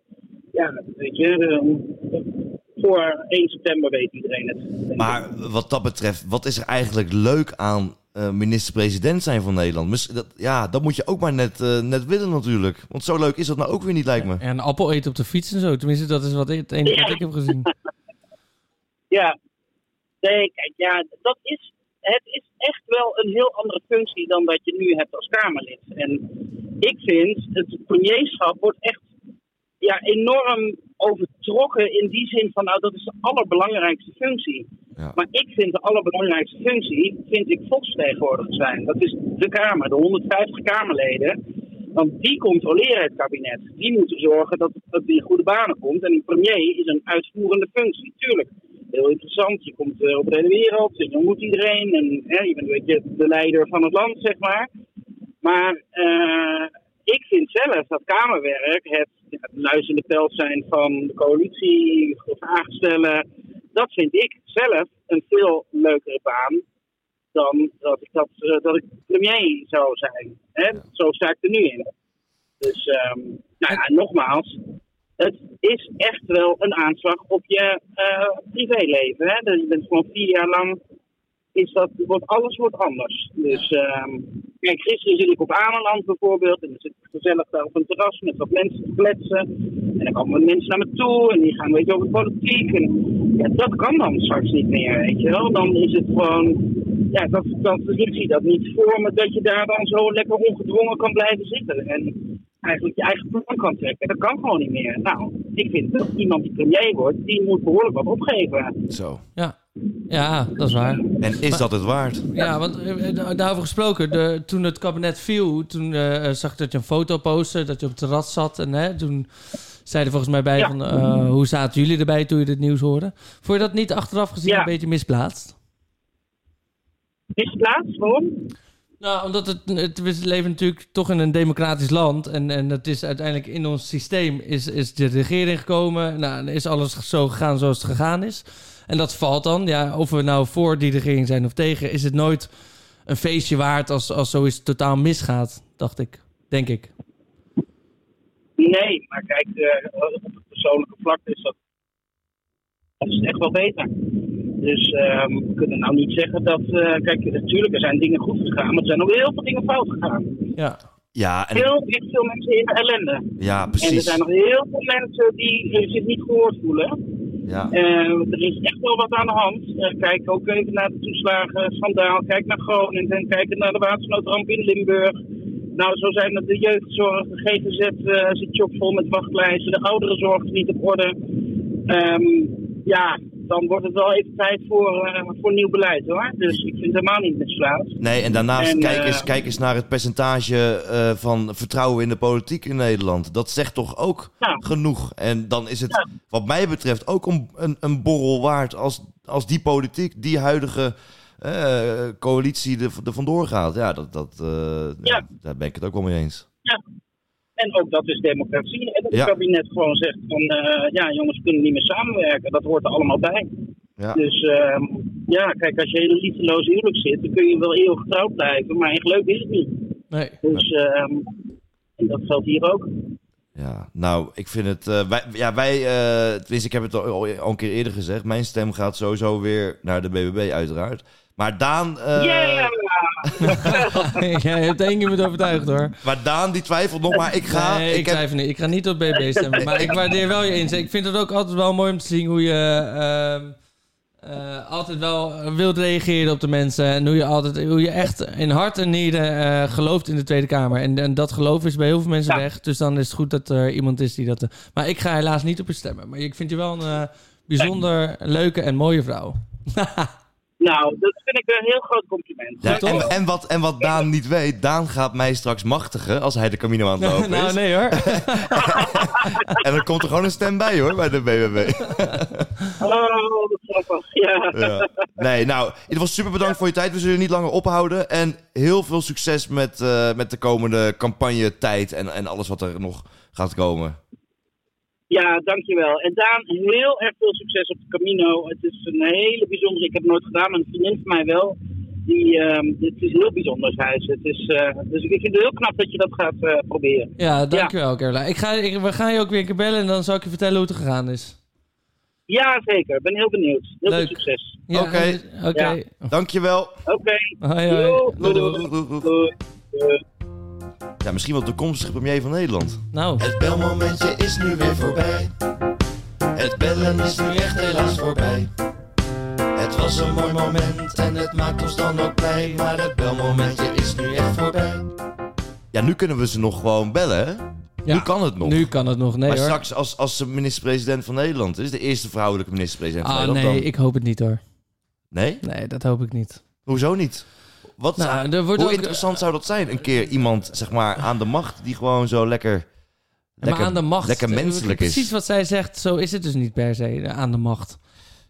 ja, weet je, eh, voor 1 september weet iedereen het. Maar wat dat betreft, wat is er eigenlijk leuk aan eh, minister-president zijn van Nederland? Mis- dat, ja, dat moet je ook maar net, eh, net willen natuurlijk. Want zo leuk is dat nou ook weer niet, lijkt me. En een appel eten op de fiets en zo. Tenminste, dat is wat, ik- het enige wat ik heb [LAUGHS] gezien. Ja. Nee, kijk, ja, dat is, het is echt wel een heel andere functie dan dat je nu hebt als Kamerlid. En ik vind, het premierschap wordt echt ja, enorm overtrokken in die zin van, nou, dat is de allerbelangrijkste functie. Ja. Maar ik vind de allerbelangrijkste functie, vind ik volksvertegenwoordiger zijn. Dat is de Kamer, de 150 Kamerleden. Want die controleren het kabinet. Die moeten zorgen dat het in goede banen komt. En een premier is een uitvoerende functie, tuurlijk. Heel interessant, je komt eh, op de hele wereld, je ontmoet iedereen. En hè, je bent een beetje de leider van het land, zeg maar. Maar eh, ik vind zelf dat Kamerwerk, het, het luisterende pijl zijn van de coalitie, vragen stellen, dat vind ik zelf een veel leukere baan dan dat ik, dat, eh, dat ik premier zou zijn. Hè? Zo sta ik er nu in. Dus, ehm, nou ja, nogmaals, het is echt wel een aanslag op je eh, privéleven. Hè? Dus je bent gewoon vier jaar lang is dat, wordt, alles wordt anders. Dus ehm, kijk, gisteren zit ik op Ameland bijvoorbeeld. En dan zit ik gezellig daar op een terras met wat mensen te kletsen. En dan komen mensen naar me toe en die gaan weet je, over politiek. En, ja, dat kan dan straks niet meer, weet je wel. Dan is het gewoon... Ja, dat, dat, ik zie dat niet voor me dat je daar dan zo lekker ongedwongen kan blijven zitten. En eigenlijk je eigen plan kan trekken. Dat kan gewoon niet meer. Nou, ik vind dat iemand die premier wordt, die moet behoorlijk wat opgeven. Zo. Ja. ja, dat is waar. En is dat het waard? Ja, want eh, eh, daar- daarover gesproken, de, toen het kabinet viel, toen eh, zag ik dat je een foto postte, dat je op het terras zat. En hè, toen zeiden volgens mij bij Ja. van, eh, hoe zaten jullie erbij toen je dit nieuws hoorde? Vond je dat niet achteraf gezien Ja. een beetje misplaatst? Misplaatst, waarom? Nou, omdat het, het, we leven natuurlijk toch in een democratisch land. En, en dat is uiteindelijk in ons systeem is, is de regering gekomen. Nou, en is alles zo gegaan zoals het gegaan is. En dat valt dan. Ja, of we nou voor die regering zijn of tegen, is het nooit een feestje waard als, als zoiets totaal misgaat, dacht ik. Denk ik. Nee, maar kijk, eh, op het persoonlijke vlak is dat, dat is echt wel beter. Dus ehm, we kunnen nou niet zeggen dat. eh, kijk, natuurlijk, er zijn dingen goed gegaan, maar er zijn ook heel veel dingen fout gegaan. Ja. Ja, en, Heel, heel veel mensen in de ellende. ja En er precies. zijn nog heel veel mensen die zich niet gehoord voelen. Ja. Eh, er is echt wel wat aan de hand. Eh, kijk ook even naar de toeslagen, schandaal. Kijk naar Groningen. Kijk naar de watersnoodramp in Limburg. Nou, zo zijn het de jeugdzorg, de GGZ eh, zit chockvol met wachtlijsten, de ouderenzorg is niet op orde. Ehm, ja, dan wordt het wel even tijd voor, eh, voor nieuw beleid hoor. Dus ik vind het helemaal niet misplaatst. Nee, en daarnaast En, kijk, eh, eens, kijk eens naar het percentage eh, van vertrouwen in de politiek in Nederland. Dat zegt toch ook Ja. genoeg. En dan is het, wat mij betreft, ook om een, een borrel waard als, als die politiek, die huidige eh, coalitie er, er vandoor gaat. Ja, dat, dat, eh, ja, daar ben ik het ook wel mee eens. En ook dat is democratie. En dat Ja. het kabinet gewoon zegt van eh, ja, jongens, we kunnen niet meer samenwerken. Dat hoort er allemaal bij. Ja. Dus ehm, ja, kijk, als je in een liefdeloos huwelijk zit, dan kun je wel eeuwig getrouwd blijven, maar in geluk is het niet. Nee. [LAUGHS] Dus ehm, en dat geldt hier ook. Ja, nou, ik vind het. eh, wij, ja, wij. eh, tenminste, ik heb het al, al- al een keer eerder gezegd. Mijn stem gaat sowieso weer naar de BBB, uiteraard. Maar Daan. eh, Yeah! Jij hebt één keer me overtuigd hoor. Maar Daan, die twijfelt nog. Maar ik ga. nee, ik, heb- twijfel niet. Ik ga niet op BB stemmen. Maar ik waardeer wel je inzet. Ik vind het ook altijd wel mooi om te zien hoe je ehm, eh, altijd wel wilt reageren op de mensen. En hoe je, altijd, hoe je echt in hart en nieren eh, gelooft in de Tweede Kamer. En, en dat geloof is bij heel veel mensen weg. Dus dan is het goed dat er iemand is die dat... eh, maar ik ga helaas niet op je stemmen. Maar ik vind je wel een eh, bijzonder leuke en mooie vrouw. Nou, dat vind ik een heel groot compliment. Ja, toch? en, en, wat, en wat Daan niet weet, Daan gaat mij straks machtigen als hij de Camino aan het lopen is. [LAUGHS] nou, nee hoor. En dan komt er gewoon een stem bij hoor, bij de BBB. [LAUGHS] Oh, wat grappig. Ja. Ja. Nee, nou, in ieder geval super bedankt voor je tijd. We zullen je niet langer ophouden. En heel veel succes met, eh, met de komende campagnetijd en, en alles wat er nog gaat komen. ja, dankjewel. En Daan, heel erg veel succes op de Camino. Het is een hele bijzondere, ik heb het nooit gedaan, maar een vriendin van mij wel. Die, ehm, het is een heel bijzonder huis. Het is, eh, dus ik vind het heel knap dat je dat gaat eh, proberen. Ja, dankjewel Caroline. Ik ga, ik, we gaan je ook weer een keer bellen en dan zal ik je vertellen hoe het gegaan is. Ja, zeker. Ik ben heel benieuwd. Heel Leuk. veel succes. Ja, Oké. en- Oké. Ja. Oh. Dankjewel. Oké. Oh, Hoi, hoi. Doei, Doei. doei, doei, doei. Doei. Doei. Ja, misschien wel de toekomstige premier van Nederland. Nou, Het belmomentje is nu weer voorbij. Het bellen is nu echt helaas voorbij. Het was een mooi moment en het maakt ons dan ook blij. Maar het belmomentje is nu echt voorbij. Ja, nu kunnen we ze nog gewoon bellen. hè? Ja. Nu kan het nog. nu kan het nog. Nee maar hoor. straks, als, als ze minister-president van Nederland is, de eerste vrouwelijke minister-president van Ah Nederland. nee, dan- ik hoop het niet hoor. Nee? Nee, dat hoop ik niet. Hoezo niet? Wat Nou, zou- er wordt hoe ook- interessant zou dat zijn? Een keer iemand zeg maar, aan de macht die gewoon zo lekker, lekker, maar aan de macht. eh, lekker menselijk is. Precies wat zij zegt, zo is het dus niet per se eh, aan de macht.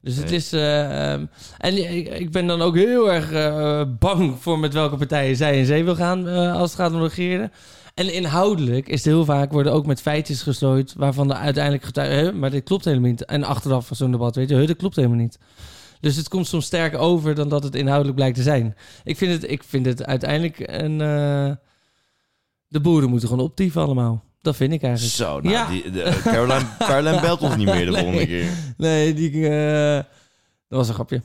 Dus het Nee. is. eh, ehm, en ik, ik ben dan ook heel erg eh, bang voor met welke partijen zij in zee wil gaan eh, als het gaat om regeren. En inhoudelijk is het heel vaak worden ook met feitjes geslooid waarvan de uiteindelijk getuigen. maar dit klopt helemaal niet. En achteraf van zo'n debat weet je, "Huh, dat klopt helemaal niet. Dus het komt soms sterker over dan dat het inhoudelijk blijkt te zijn. Ik vind het, ik vind het uiteindelijk een. eh, de boeren moeten gewoon optieven allemaal. Dat vind ik eigenlijk. Zo, nou, Ja. die, de, Caroline, [LAUGHS] Caroline belt ons niet meer de volgende keer. Nee, die. eh, dat was een grapje.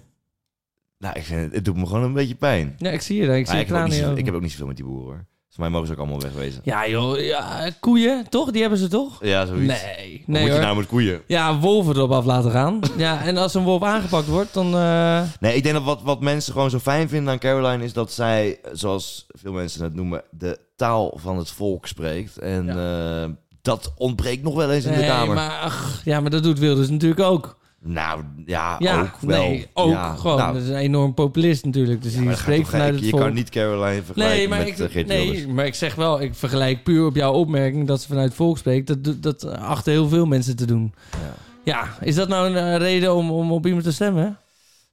Nou, ik vind, het- het doet me gewoon een beetje pijn. Ja, ik zie je daar. Ik zie Maar je ik, heb ook tranen niet in je zoveel- ik ogen. heb ook niet zoveel met die boeren hoor. Volgens mij mogen ze ook allemaal wegwezen. Ja, joh. Ja, koeien, toch? Die hebben ze toch? Ja, zoiets. Nee, Wat moet nee je hoor. nou met koeien? Ja, wolven erop af laten gaan. ja, en als een wolf aangepakt wordt, dan... eh, Nee, ik denk dat wat, wat mensen gewoon zo fijn vinden aan Caroline is dat zij, zoals veel mensen het noemen, de taal van het volk spreekt. En eh, dat ontbreekt nog wel eens in de nee, Kamer. maar... Ach, ja, maar dat doet Wilders natuurlijk ook. Nou, ja, Ja, ook wel. nee, ook Ja, gewoon. nou, dat is een enorm populist natuurlijk. Dus die maar dat gaat spreekt toch gek? vanuit je het volk. kan niet Caroline vergelijken Nee, maar met ik, eh, Geert Wilders. nee maar ik zeg wel, ik vergelijk puur op jouw opmerking dat ze vanuit het volk spreekt. Dat, doet- dat achter heel veel mensen te doen. Ja. Ja, is dat nou een eh, reden om, om op iemand te stemmen?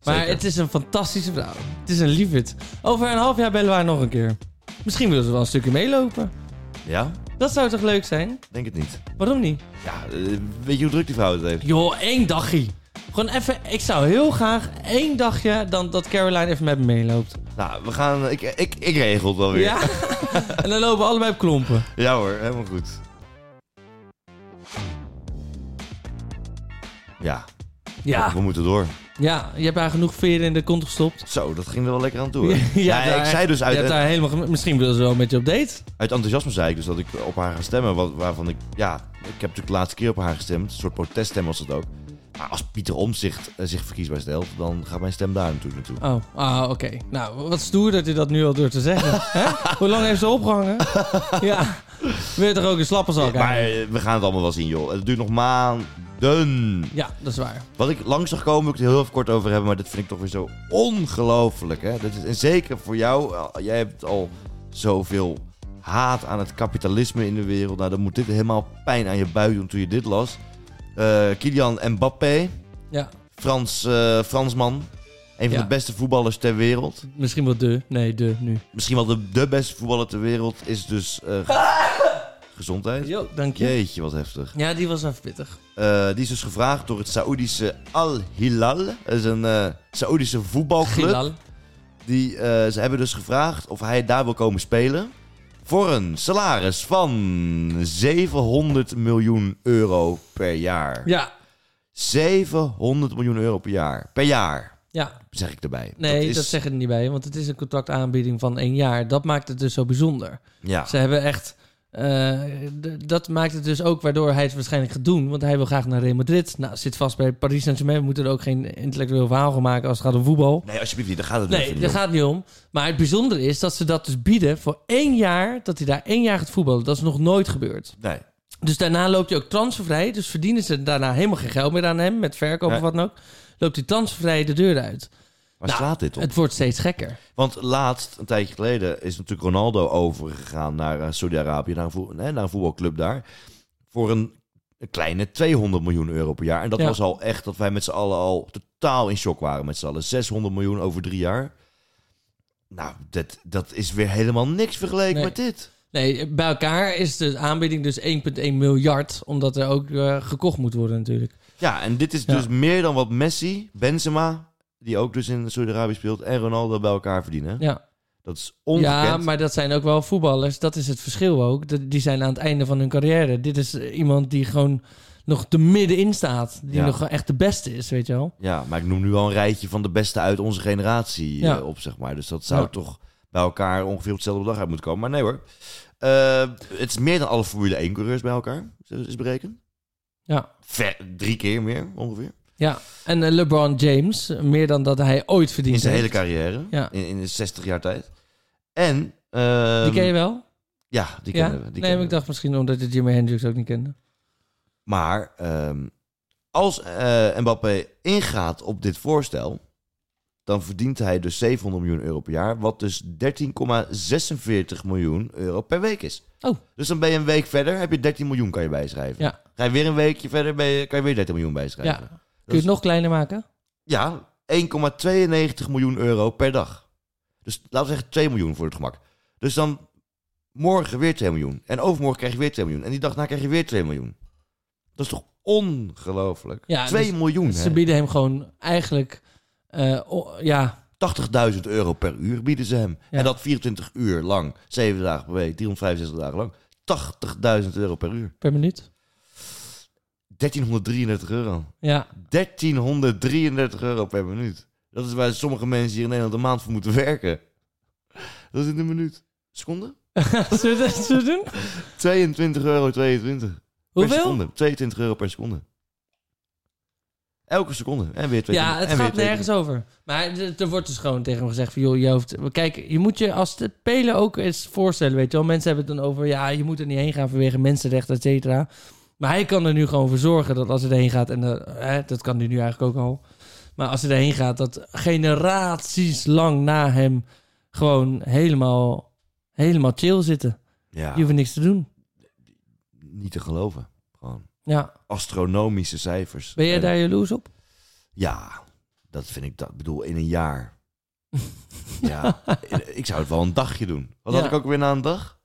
Maar Zeker. het is een fantastische vrouw. Het is een lieverd. Over een half jaar bellen we haar nog een keer. Misschien willen ze wel een stukje meelopen. Ja? Dat zou toch leuk zijn? Denk het niet. Waarom niet? Ja, eh, weet je hoe druk die vrouw het heeft? Joh, één dagje. Gewoon even, ik zou heel graag één dagje dan dat Caroline even met me meeloopt. Nou, we gaan... eh, Ik, ik, ik regel het wel weer. Ja? [LAUGHS] en dan lopen we allebei op klompen. Ja hoor, helemaal goed. Ja, Ja. we moeten door. Ja, je hebt haar genoeg veren in de kont gestopt. Zo, dat ging er wel lekker aan [LAUGHS] toe. Hè? Nee, daar- Oh, ik zei dus je hebt uit, daar helemaal gem- Misschien wil ze wel met je op date. uit enthousiasme zei ik dus dat ik op haar ga stemmen. Wat, waarvan ik, ja, ik heb natuurlijk de laatste keer op haar gestemd. Een soort proteststem was dat ook. Maar als Pieter Omzicht zich verkiesbaar stelt, dan gaat mijn stem daar natuurlijk naartoe. Oh, ah, oké. Nou, wat stoer dat hij dat nu al door te [LAUGHS] zeggen. hè? Hoe lang heeft ze opgehangen? ja, wil je toch ook een slappe zak maar eigenlijk? eh, we gaan het allemaal wel zien, joh. Het duurt nog maanden. Ja, dat is waar. Wat ik langs zag komen, wil ik het heel even kort over hebben. Maar dit vind ik toch weer zo ongelooflijk. Hè? Dat is, en zeker voor jou. eh, Jij hebt al zoveel haat aan het kapitalisme in de wereld. Nou, dan moet dit helemaal pijn aan je buik doen toen je dit las. Eh Kylian Mbappé, Ja, Frans, eh, Fransman. Een van Ja. de beste voetballers ter wereld. misschien wel de. Nee, de nu. Misschien wel de, de beste voetballer ter wereld. Is dus eh, ge- gezondheid. Jo, dank je. Jeetje, wat heftig. Ja, die was even pittig. Eh, die is dus gevraagd door het Saoedische Al Hilal. Dat is een eh Saoedische voetbalclub. Gilal. Die, eh, ze hebben dus gevraagd of hij daar wil komen spelen. Voor een salaris van 700 miljoen euro per jaar. Ja, 700 miljoen euro per jaar. Per jaar, ja. zeg ik erbij. Nee, dat, is- zeg ik er niet bij, want het is een contractaanbieding van één jaar. Dat maakt het dus zo bijzonder. Ja. Ze hebben echt. eh, d- dat maakt het dus ook waardoor hij het waarschijnlijk gaat doen. Want hij wil graag naar Real Madrid. Nou, zit vast bij Paris Saint-Germain. We moeten er ook geen intellectueel verhaal van maken als het gaat om voetbal. Nee, alsjeblieft niet. Daar gaat het Nee, even niet daar om. gaat het niet om. Maar het bijzondere is dat ze dat dus bieden voor één jaar. Dat hij daar één jaar gaat voetballen. Dat is nog nooit gebeurd. Nee. Dus daarna loopt hij ook transfervrij. Dus verdienen ze daarna helemaal geen geld meer aan hem. Met verkoop Nee. of wat dan ook. Loopt hij transfervrij de deur uit. Waar Nou, slaat dit op? Het wordt steeds gekker. Want laatst, een tijdje geleden, is natuurlijk Ronaldo overgegaan naar eh, Saudi-Arabië, naar, een voe- nee, naar een voetbalclub daar. Voor een, een kleine 200 miljoen euro per jaar. En dat Ja. was al echt dat wij met z'n allen al totaal in shock waren met z'n allen. 600 miljoen over drie jaar. Nou, dat, dat is weer helemaal niks vergeleken Nee. met dit. Nee, bij elkaar is de aanbieding dus 1,1 miljard. Omdat er ook eh, gekocht moet worden natuurlijk. Ja, en dit is Ja. dus meer dan wat Messi, Benzema, die ook dus in Saudi-Arabië speelt, en Ronaldo bij elkaar verdienen. Ja. Dat is ongekend. ja, maar dat zijn ook wel voetballers. Dat is het verschil ook. De- Die zijn aan het einde van hun carrière. Dit is eh, iemand die gewoon nog te middenin staat. Die Ja. nog gewoon echt de beste is, weet je wel. Ja, maar ik noem nu al een rijtje van de beste uit onze generatie Ja. eh, op, zeg maar. Dus dat zou Ja. toch bij elkaar ongeveer op hetzelfde bedrag uit moeten komen. Maar nee hoor. Eh, het is meer dan alle Formule 1-coureurs bij elkaar, is is berekend. Ja. Ver, drie keer meer, ongeveer. ja. En eh, LeBron James, meer dan dat hij ooit verdiend In zijn hele heeft. carrière. Ja. In, in de 60 jaar tijd. En... ehm, Die ken je wel? Ja, die ja? kennen we. Die nee, kennen maar ik we. dacht misschien omdat je Jimi Hendrix ook niet kende. Maar ehm, als eh Mbappé ingaat op dit voorstel, dan verdient hij dus 700 miljoen euro per jaar, wat dus 13,46 miljoen euro per week is. Oh. Dus dan ben je een week verder, heb je 13 miljoen kan je bijschrijven. Ja. Ga je weer een weekje verder, ben je, kan je weer 13 miljoen bijschrijven. Ja. Kun je het nog kleiner maken? Ja, 1,92 miljoen euro per dag. Dus laten we zeggen 2 miljoen voor het gemak. Dus dan morgen weer 2 miljoen. En overmorgen krijg je weer 2 miljoen. En die dag na krijg je weer 2 miljoen. Dat is toch ongelooflijk? Ja, 2 dus- miljoen, Ze hè? bieden hem gewoon eigenlijk... eh, o- ja, 80.000 euro per uur bieden ze hem. Ja. En dat 24 uur lang, 7 dagen per week, 365 dagen lang. 80.000 euro per uur. per minuut. 1333 euro. [LAUGHS] Ja. 1333 euro per minuut. Dat is waar sommige mensen hier in Nederland een maand voor moeten werken. Dat is in een minuut. Seconde? Zullen we dat zo doen? 22 euro 22. Per Hoeveel? seconde. 22 euro per seconde. Elke seconde. En weer 22. Ja, het en weer gaat 22. nergens over. Maar d- er wordt dus gewoon tegen hem gezegd van... joh, je hoofd... Kijk, je moet je als de pelen ook eens voorstellen, weet je wel. Mensen hebben het dan over... ja, je moet er niet heen gaan vanwege mensenrechten, et cetera. Maar hij kan er nu gewoon voor zorgen dat als het heen gaat... en eh, hè, dat kan hij nu eigenlijk ook al... maar als het heen gaat, dat generaties lang na hem... gewoon helemaal, helemaal chill zitten. Ja, Je hoeft niks te doen. niet te geloven. Gewoon Ja. astronomische cijfers. Ben jij En- daar jaloers op? Ja, dat vind ik... Dat, ik bedoel, in een [LAUGHS] jaar. ja, ik zou het wel een dagje doen. Wat had Ja. ik ook weer na een dag?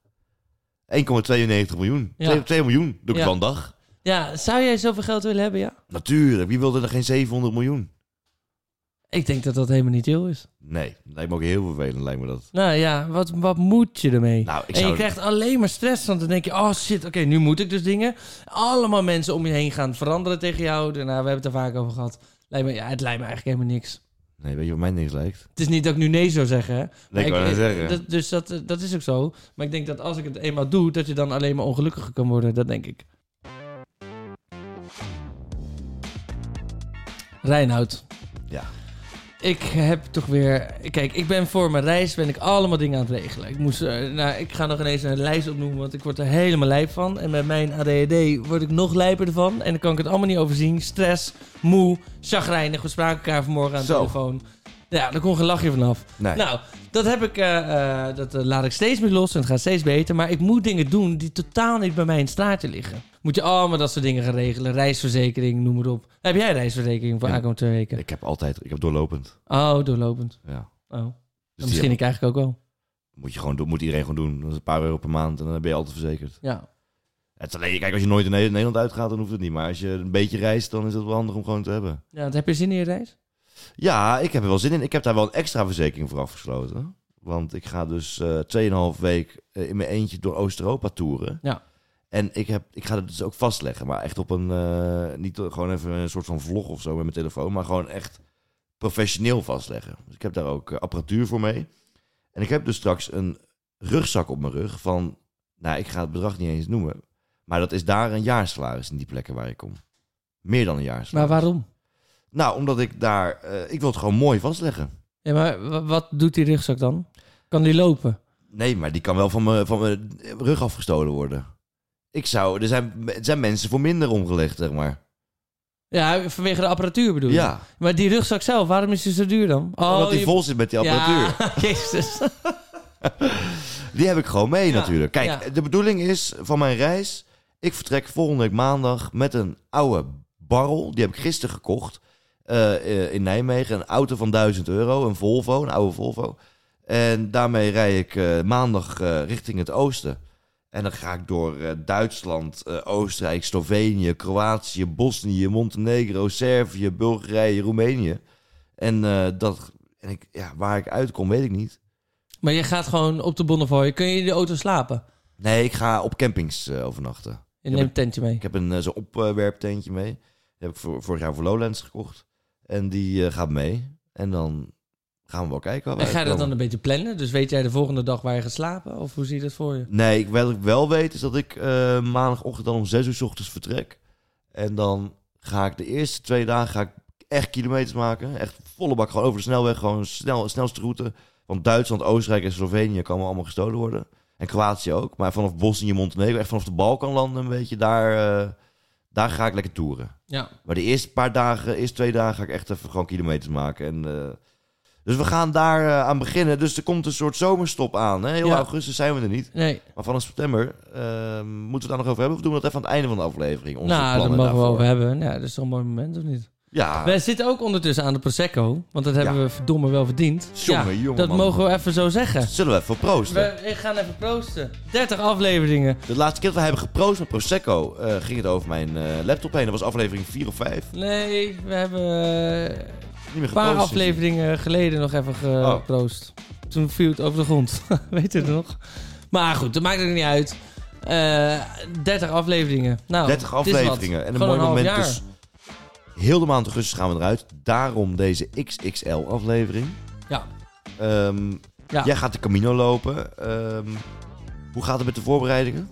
1,92 miljoen. Ja. 2, miljoen doe ik Ja. wel een dag. Ja, zou jij zoveel geld willen hebben, ja? Natuurlijk, wie wilde er geen 700 miljoen? Ik denk dat dat helemaal niet chill is. Nee, lijkt me ook heel vervelend, lijkt me dat. Nou ja, wat, wat moet je ermee? Nou, ik En zou- je krijgt alleen maar stress, want dan denk je... oh shit, oké, nu moet ik dus dingen. Allemaal mensen om je heen gaan veranderen tegen jou. Daarna, we hebben het er vaak over gehad. Lijkt me, ja, het lijkt me eigenlijk helemaal niks. Nee, weet je wat mij niks lijkt? Het is niet dat ik nu nee zou zeggen. hè. Maar ik wou net zeggen. dat- dus dat, eh, dat is ook zo. Maar ik denk dat als ik het eenmaal doe... dat je dan alleen maar ongelukkiger kan worden. Dat denk ik. Reinoud. Ja. Ik heb toch weer... Kijk, ik ben voor mijn reis ben ik allemaal dingen aan het regelen. Ik, moest, eh, nou, ik ga nog ineens een lijst opnoemen, want ik word er helemaal lijp van. En met mijn ADHD word ik nog lijper ervan. En dan kan ik het allemaal niet overzien. Stress, moe, chagrijnig. We spraken elkaar vanmorgen aan de Zo. telefoon. Ja, daar kon geen lachje vanaf. Nee. Nou, dat heb ik, eh, eh, dat eh, laat ik steeds meer los en het gaat steeds beter. Maar ik moet dingen doen die totaal niet bij mij in het straatje liggen. Moet je allemaal dat soort dingen gaan regelen. Reisverzekering, noem maar op. Heb jij reisverzekering voor Ja. aankomende twee weken? Ik heb altijd, ik heb doorlopend. Oh, doorlopend. Ja. Oh. Nou, die misschien heb- ik eigenlijk ook wel. Moet, je gewoon doen, moet iedereen gewoon doen. Dat is een paar euro per maand en dan ben je altijd verzekerd. Ja. Het is alleen, kijk, als je nooit in Nederland Nederland uitgaat, dan hoeft het niet. Maar als je een beetje reist, dan is het wel handig om gewoon te hebben. ja want heb je zin in je reis? Ja, ik heb er wel zin in. Ik heb daar wel een extra verzekering voor afgesloten. Want ik ga dus eh 2,5 week eh, in mijn eentje door Oost-Europa toeren. Ja. En ik, heb, ik ga het dus ook vastleggen. Maar echt op een. eh, niet gewoon even een soort van vlog of zo met mijn telefoon. Maar gewoon echt professioneel vastleggen. Dus ik heb daar ook eh, apparatuur voor mee. En ik heb dus straks een rugzak op mijn rug. Van. Nou, ik ga het bedrag niet eens noemen. Maar dat is daar een jaarsalaris in die plekken waar ik kom. Meer dan een jaarsalaris. Maar waarom? Nou, omdat ik daar. eh, ik wil het gewoon mooi vastleggen. Ja, maar wa- wat doet die rugzak dan? Kan die lopen? Nee, maar die kan wel van mijn, van mijn rug afgestolen worden. Ik zou. Er zijn, er zijn mensen voor minder omgelegd, zeg maar. Ja, vanwege de apparatuur bedoel je? Ja. Maar die rugzak zelf, waarom is die zo duur dan? Oh, Omdat die je- vol zit met die apparatuur. Ja, [LAUGHS] jezus. Die heb ik gewoon mee Ja, natuurlijk. Kijk, ja. de bedoeling is van mijn reis... Ik vertrek volgende week maandag met een oude barrel. Die heb ik gisteren gekocht eh, eh, in Nijmegen. Een auto van 1000 euro, een Volvo, een oude Volvo. En daarmee rij ik eh, maandag eh, richting het oosten. En dan ga ik door eh, Duitsland, eh, Oostenrijk, Slovenië, Kroatië, Bosnië, Montenegro, Servië, Bulgarije, Roemenië. En, eh, dat, en ik, ja, waar ik uitkom, weet ik niet. maar je gaat gewoon op de Bonnefoy. Kun je in de auto slapen? Nee, ik ga op campings eh, overnachten. Je neemt een tentje mee. Ik heb een eh, zo'n opwerptentje mee. Die heb ik voor, vorig jaar voor Lowlands gekocht. En die eh, gaat mee. En dan gaan we wel kijken. waar we En ga je dat dan uitkomen. een beetje plannen? Dus weet jij de volgende dag waar je gaat slapen? Of hoe zie je dat voor je? Nee, ik, wat ik wel weet is dat ik eh, maandagochtend dan om 6 uur 's ochtends vertrek. En dan ga ik de eerste twee dagen ga ik echt kilometers maken. Echt volle bak gewoon over de snelweg. Gewoon snel, snelste route. Want Duitsland, Oostenrijk en Slovenië kan allemaal gestolen worden. En Kroatië ook. Maar vanaf Bosnië, Montenegro, echt vanaf de Balkanlanden een beetje. Daar, eh, daar ga ik lekker toeren. Ja. Maar de eerste paar dagen, eerste twee dagen ga ik echt even gewoon kilometers maken. En, eh, dus we gaan daar eh, aan beginnen. Dus er komt een soort zomerstop aan. Hè? Heel Ja. augustus zijn we er niet. Nee, Maar vanaf september eh, moeten we het daar nog over hebben? Of doen we dat even aan het einde van de aflevering? Onze nou, daar plannen mogen we daarvoor. over hebben. Ja, dat is toch een mooi moment, of niet? Ja, Wij zitten ook ondertussen aan de Prosecco. Want dat hebben Ja. we verdomme wel verdiend. Jongen, ja, jongen, dat man. mogen we even zo zeggen. zullen we even proosten? We, we gaan even proosten. 30 afleveringen. De laatste keer dat we hebben geproost met Prosecco eh, ging het over mijn eh, laptop heen. Dat was aflevering 4 of 5. Niet Nee, we hebben eh, meer een paar geproost. afleveringen geleden nog even Oh. geproost. Toen viel het over de grond. [LAUGHS] Weet je het nog? Maar goed, dat maakt ook niet uit. Eh 30 afleveringen. Nou, 30 het is wat. afleveringen. En een Gewoon mooi half moment jaar. dus. Heel de maand augustus gaan we eruit. Daarom deze XXL aflevering. Ja. Ehm, Ja. Jij gaat de Camino lopen. Ehm, hoe gaat het met de voorbereidingen?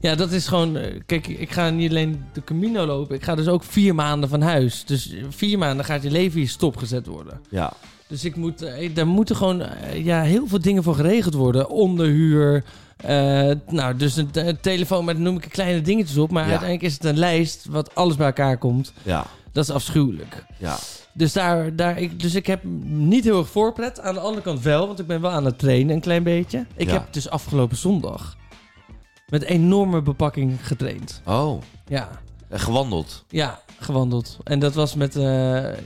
Ja, dat is gewoon. eh, Kijk, ik ga niet alleen de Camino lopen. Ik ga dus ook vier maanden van huis. Dus vier maanden gaat je leven hier stopgezet worden. Ja. Dus ik moet, eh, daar moeten gewoon eh, ja, heel veel dingen voor geregeld worden. Onderhuur. eh, nou, dus een, te- een telefoon met noem ik kleine dingetjes op. Maar Ja. uiteindelijk is het een lijst wat alles bij elkaar komt. Ja. Dat is afschuwelijk. Ja. Dus, daar, daar, ik, dus ik heb niet heel erg voorpret. Aan de andere kant wel, want ik ben wel aan het trainen een klein beetje. Ik Ja. heb dus afgelopen zondag met enorme bepakking getraind. Oh. Ja. En gewandeld. Ja, gewandeld. En dat was met... eh,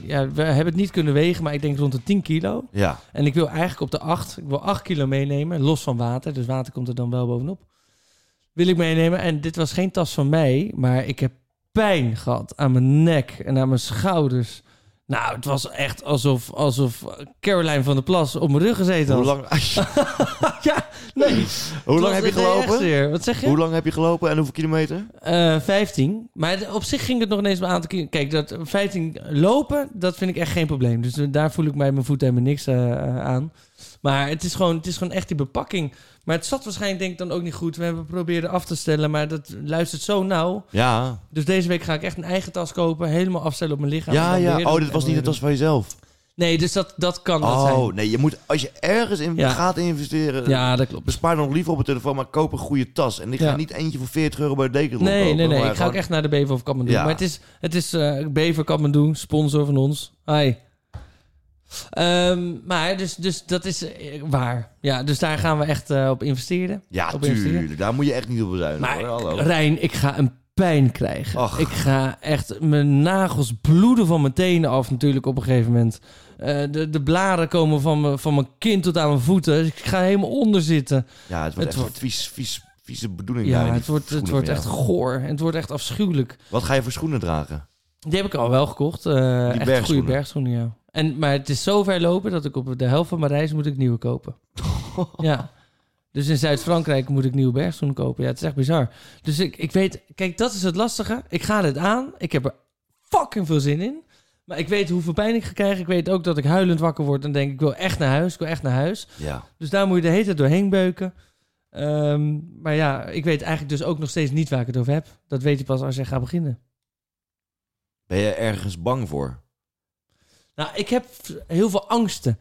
ja, we hebben het niet kunnen wegen, maar ik denk rond de 10 kilo. Ja. En ik wil eigenlijk op de 8, ik wil 8 kilo meenemen, los van water. Dus water komt er dan wel bovenop. Wil ik meenemen. En dit was geen tas van mij, maar ik heb pijn gehad aan mijn nek en aan mijn schouders. Nou, het [LAUGHS] was echt alsof, alsof Caroline van der Plas op mijn rug gezeten Hoe had. lang? ja, nee. Hoe lang was heb je echt gelopen? weer. Wat zeg je? Hoe lang heb je gelopen en hoeveel kilometer? Eh, 15. Maar op zich ging het nog ineens een aantal keer. Kijk, dat 15 lopen, dat vind ik echt geen probleem. Dus eh, daar voel ik mij mijn voeten helemaal niks eh, eh, aan. Maar het is, gewoon, het is gewoon echt die bepakking. Maar het zat waarschijnlijk denk ik dan ook niet goed. We hebben proberen af te stellen, maar dat luistert zo nauw. Ja. Dus deze week ga ik echt een eigen tas kopen. Helemaal afstellen op mijn lichaam. en Ja, dan ja. weer Oh, doen dit en was niet weer de tas doen. van jezelf. Nee, dus dat, dat kan dat zijn. Oh, nee. Je moet, als je ergens in Ja. gaat investeren... Ja, dat klopt. Bespaar dan nog liever op een telefoon, maar koop een goede tas. En ik ga Ja. niet eentje voor 40 euro bij de Decathlon Nee, kopen, nee, nee. Ik maar ga ook gewoon- echt naar de Bever of Kathmandu. Ja. Maar het is, het is eh, Bever Kathmandu, sponsor van ons. Hi. Ehm, maar dus, dus dat is eh, waar. Ja, dus daar gaan we echt eh, op investeren. Ja, op investeren. tuurlijk. Daar moet je echt niet op bezuinigen. Maar hoor. Hallo. Rijn, ik ga een pijn krijgen. Ach. Ik ga echt mijn nagels bloeden van mijn tenen af natuurlijk op een gegeven moment. Eh, de, de blaren komen van, mijn- van mijn kin tot aan mijn voeten. Dus ik ga helemaal onder zitten. Ja, het Het wordt echt wordt- een vies, vies, vieze bedoeling. daar Ja, in die het wordt, het schoenen wordt van echt jou. goor. En het wordt echt afschuwelijk. Wat ga je voor schoenen dragen? Die heb ik al wel gekocht. Eh, echt goede bergschoenen. bergschoenen, ja. En, maar het is zo ver lopen dat ik op de helft van mijn reis moet ik nieuwe kopen. ja. Dus in Zuid-Frankrijk moet ik nieuwe bergschoenen kopen. Ja, het is echt bizar. Dus ik, ik weet... Kijk, dat is het lastige. Ik ga dit aan. Ik heb er fucking veel zin in. Maar ik weet hoeveel pijn ik ga krijgen. Ik weet ook dat ik huilend wakker word en denk ik wil echt naar huis. Ik wil echt naar huis. Ja. Dus daar moet je de hele tijd doorheen beuken. Ehm, maar ja, ik weet eigenlijk dus ook nog steeds niet waar ik het over heb. Dat weet je pas als je gaat beginnen. Ben je ergens bang voor? Nou, ik heb heel veel angsten.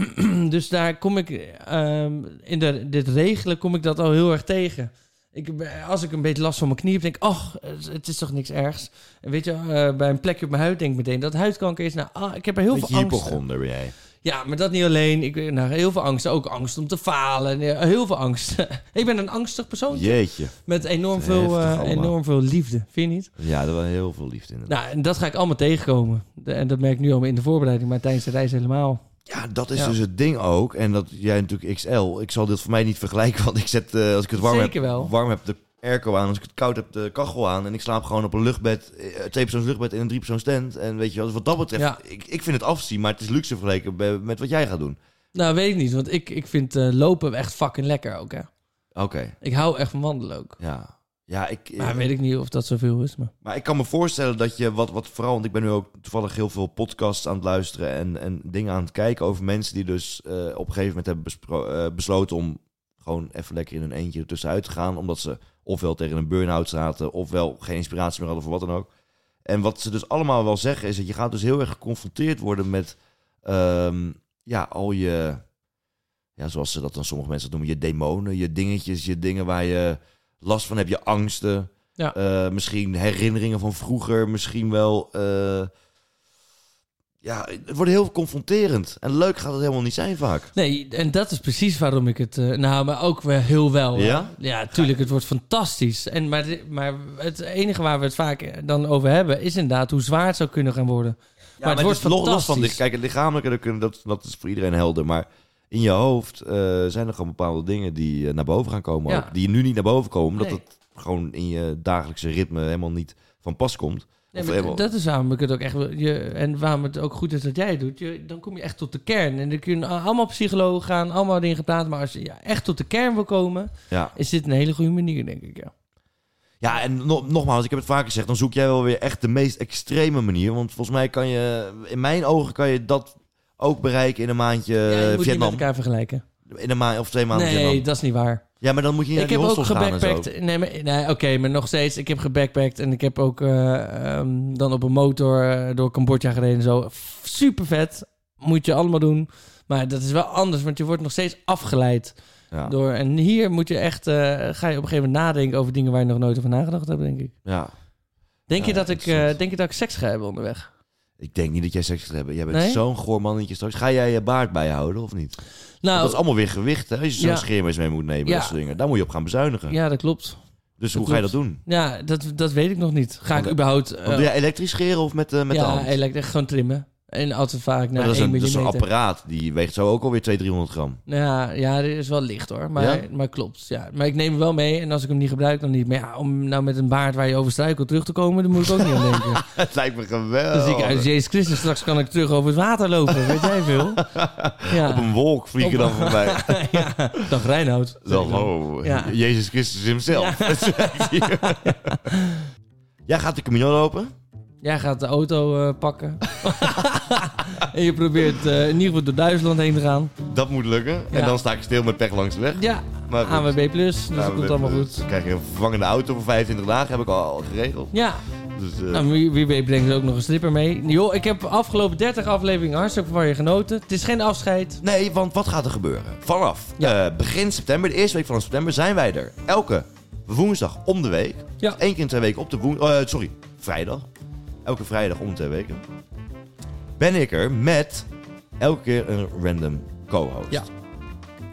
[CLEARS THROAT] dus daar kom ik ehm, in de, dit regelen kom ik dat al heel erg tegen. Ik, als ik een beetje last van mijn knie heb, denk ik, ach, het- het is toch niks ergs. En weet je, eh, bij een plekje op mijn huid denk ik meteen dat huidkanker is. Nou, ah, ik heb er heel Beetje veel angsten. hypochonder ben jij. Ja, maar dat niet alleen. Ik, nou, heel veel angsten. Ook angst om te falen. Ja, Heel veel angsten. [LAUGHS] ik ben een angstig persoon. Jeetje. Met enorm Heftig veel, eh, allemaal. enorm veel liefde, vind je niet? Ja, er was heel veel liefde in. Nou, en dat ga ik allemaal tegenkomen. De- en dat merk ik nu al in de voorbereiding, maar tijdens de reis helemaal. Ja, dat is Ja. dus het ding ook. En dat jij natuurlijk XL. Ik zal dit voor mij niet vergelijken, [LAUGHS] want ik zet eh, als ik het warm Zeker heb, wel. warm heb de airco aan, als ik het koud heb de kachel aan en ik slaap gewoon op een luchtbed, eh, twee persoons luchtbed in een drie persoons tent. En weet je dus wat, wat dat betreft, Ja. ik, ik vind het afzien, maar het is luxe vergeleken bij- met wat jij gaat doen. Nou, weet ik niet, want ik, ik vind eh, lopen echt fucking lekker ook, hè. Oké, Ik hou echt van wandelen ook. ja. Ja, ik, Maar eh, weet ik niet of dat zoveel is, maar... Maar ik kan me voorstellen dat je wat, wat vooral, want ik ben nu ook toevallig heel veel podcasts aan het luisteren en, en dingen aan het kijken over mensen die dus eh, op een gegeven moment hebben bespro- eh, besloten om gewoon even lekker in hun eentje ertussenuit te gaan, omdat ze ofwel tegen een burn-out zaten, ofwel geen inspiratie meer hadden voor wat dan ook. En wat ze dus allemaal wel zeggen is dat je gaat dus heel erg geconfronteerd worden met ehm, ja, al je, ja, zoals ze dat dan sommige mensen dat noemen, je demonen, je dingetjes, je dingen waar je last van hebt, je angsten. Ja. Eh, misschien herinneringen van vroeger, misschien wel. eh, ja, het wordt heel confronterend. En leuk gaat het helemaal niet zijn vaak. Nee, en dat is precies waarom ik het... eh, nou, maar ook wel heel wel. hè. Ja? Ja, tuurlijk, het wordt fantastisch. En, maar, maar het enige waar we het vaak eh, dan over hebben... is inderdaad hoe zwaar het zou kunnen gaan worden. maar het wordt los- los fantastisch. van dit. Kijk, het lichamelijke, dat, kunnen- dat, dat is voor iedereen helder. Maar in je hoofd eh, zijn er gewoon bepaalde dingen die eh, naar boven gaan komen. Ja. Ook, die nu niet naar boven komen, omdat Nee. het gewoon in je dagelijkse ritme helemaal niet van pas komt. Nee, Of maar helemaal- dat is waarom ik het ook echt... wil- Je, en waarom het ook goed is dat jij het doet. Je, dan kom je echt tot de kern. En dan kun je allemaal psychologen gaan, allemaal dingen gaan praten. Maar als je ja, echt tot de kern wil komen... Ja. is dit een hele goede manier, denk ik, ja. Ja, en no- nogmaals, ik heb het vaak gezegd, dan zoek jij wel weer echt de meest extreme manier. Want volgens mij kan je, in mijn ogen, kan je dat ook bereiken in een maandje Ja, je moet niet met Eh, Vietnam. elkaar vergelijken. In een maand of twee maanden nee, Vietnam. dat is niet waar. Ja, maar dan moet je niet ik naar heb die ook hostels gaan en zo. gebackpackt. Nee, maar- nee oké, maar nog steeds. Ik heb gebackpackt en ik heb ook eh, ehm, dan op een motor eh, door Cambodja gereden en zo. F- Super vet. Moet je allemaal doen. Maar dat is wel anders, want je wordt nog steeds afgeleid. Ja. Door, en hier moet je echt, eh, ga je op een gegeven moment nadenken over dingen waar je nog nooit over nagedacht hebt, denk ik. Ja. Denk, Ja, je, dat ik, interessant. eh, denk je dat ik seks ga hebben onderweg? Ik denk niet dat jij seks gaat hebben. Jij bent Nee? zo'n goor mannetje straks. Ga jij je baard bijhouden of niet? Want dat is Nou, allemaal weer gewicht, hè? Als je zo'n Ja. scheermes mee moet nemen, Ja. dat soort dingen. Daar moet je op gaan bezuinigen. ja, dat klopt. dus dat hoe ga je dat klopt. doen? Ja, dat, dat weet ik nog niet. Ga Want- ik überhaupt... eh, Want doe jij elektrisch scheren of met, eh, met de ja, hand? elektrisch, gewoon trimmen. En altijd vaak naar dat, is 1 een, dat is millimeter. een apparaat, die weegt zo ook alweer 200, 300 gram. Ja, ja, dit is wel licht hoor. Maar, Ja? maar klopt. Ja. Maar ik neem hem wel mee. En als ik hem niet gebruik, dan niet. Maar ja, om nou met een baard waar je over struikelt terug te komen, dan moet ik ook niet [LAUGHS] aan denken. [LAUGHS] Het lijkt me geweldig. Dus ik uit Jezus Christus, straks kan ik terug over het water lopen. Weet jij [LAUGHS] veel? Ja. Op [LAUGHS] een wolk vliegen dan Op- [LAUGHS] voorbij. ja, dag Reinoud. Dan, oh, Ja. Jezus Christus himself. [LAUGHS] Jij gaat de Camino lopen? Jij gaat de auto eh, pakken. [LAUGHS] en je probeert eh, in ieder geval door Duitsland heen te gaan. Dat moet lukken. Ja. En dan sta ik stil met pech langs de weg. Ja, Maar goed. AWB Plus, dus Nou, dat komt we- allemaal we- goed. Dan krijg je een vervangende auto voor 25 dagen, heb ik al geregeld. Ja, Dus, eh, nou, wie, wie weet brengt er ook nog een slipper mee. Joh, ik heb afgelopen 30 afleveringen hartstikke van je genoten. Het is geen afscheid. Nee, want wat gaat er gebeuren? Vanaf eh, begin september, de eerste week van september, zijn wij er. Elke woensdag om de week. Ja. Eén keer in twee weken op de woensdag. sorry, vrijdag. Elke vrijdag om de twee weken. Ben ik er met elke keer een random co-host. Ja.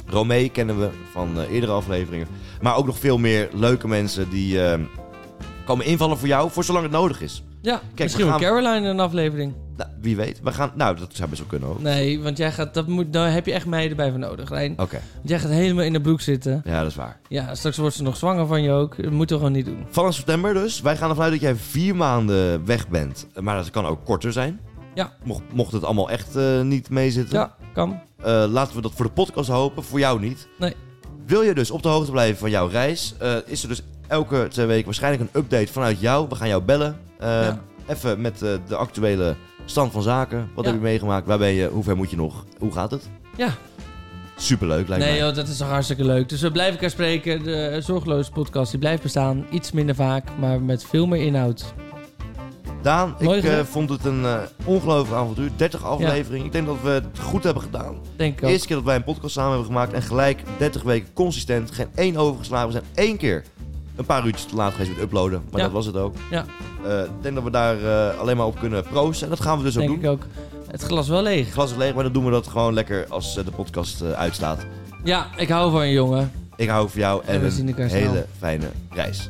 Romee kennen we van eh, eerdere afleveringen. Maar ook nog veel meer leuke mensen die eh, komen invallen voor jou voor zolang het nodig is. Ja, we misschien wil gaan- Caroline een aflevering. Nou, wie weet. We gaan, nou, dat zou best wel kunnen ook. Nee, want jij gaat, dat moet, daar heb je echt meiden bij voor nodig, Rijn. Oké, Want jij gaat helemaal in de broek zitten. ja, dat is waar. Ja, straks wordt ze nog zwanger van je ook. Dat moeten we gewoon niet doen. Vanaf september dus. Wij gaan ervan uit dat jij vier maanden weg bent. Maar dat kan ook korter zijn. Ja. Mocht, mocht het allemaal echt eh, niet meezitten. Ja, kan. Eh, laten we dat voor de podcast hopen. Voor jou niet. Nee. Wil je dus op de hoogte blijven van jouw reis? eh, is er dus elke twee weken waarschijnlijk een update vanuit jou. We gaan jou bellen. Eh, Ja. Even met eh, de actuele stand van zaken. Wat Ja. heb je meegemaakt? Waar ben je? Hoe ver moet je nog? Hoe gaat het? Ja. Superleuk lijkt Nee mij. joh, dat is toch hartstikke leuk. Dus we blijven elkaar spreken. De eh, Zorgeloos podcast die blijft bestaan. Iets minder vaak, maar met veel meer inhoud. Daan, Mooi ik eh, gezegd. vond het een eh, ongelooflijk avontuur. 30 afleveringen. Ik denk dat we het goed hebben gedaan. Denk ik De ook. eerste keer dat wij een podcast samen hebben gemaakt en gelijk 30 weken consistent, geen één overgeslagen. We zijn één keer een paar uurtjes te laat geweest met uploaden, maar Ja. dat was het ook. Ja. Eh, ik denk dat we daar eh, alleen maar op kunnen proosten en dat gaan we dus ook Denk doen. ik ook. Het glas wel leeg. Het glas is leeg, maar dan doen we dat gewoon lekker als eh, de podcast eh, uitstaat. Ja, ik hou van je jongen. Ik hou van jou en, we zien een elkaar hele snel. fijne reis.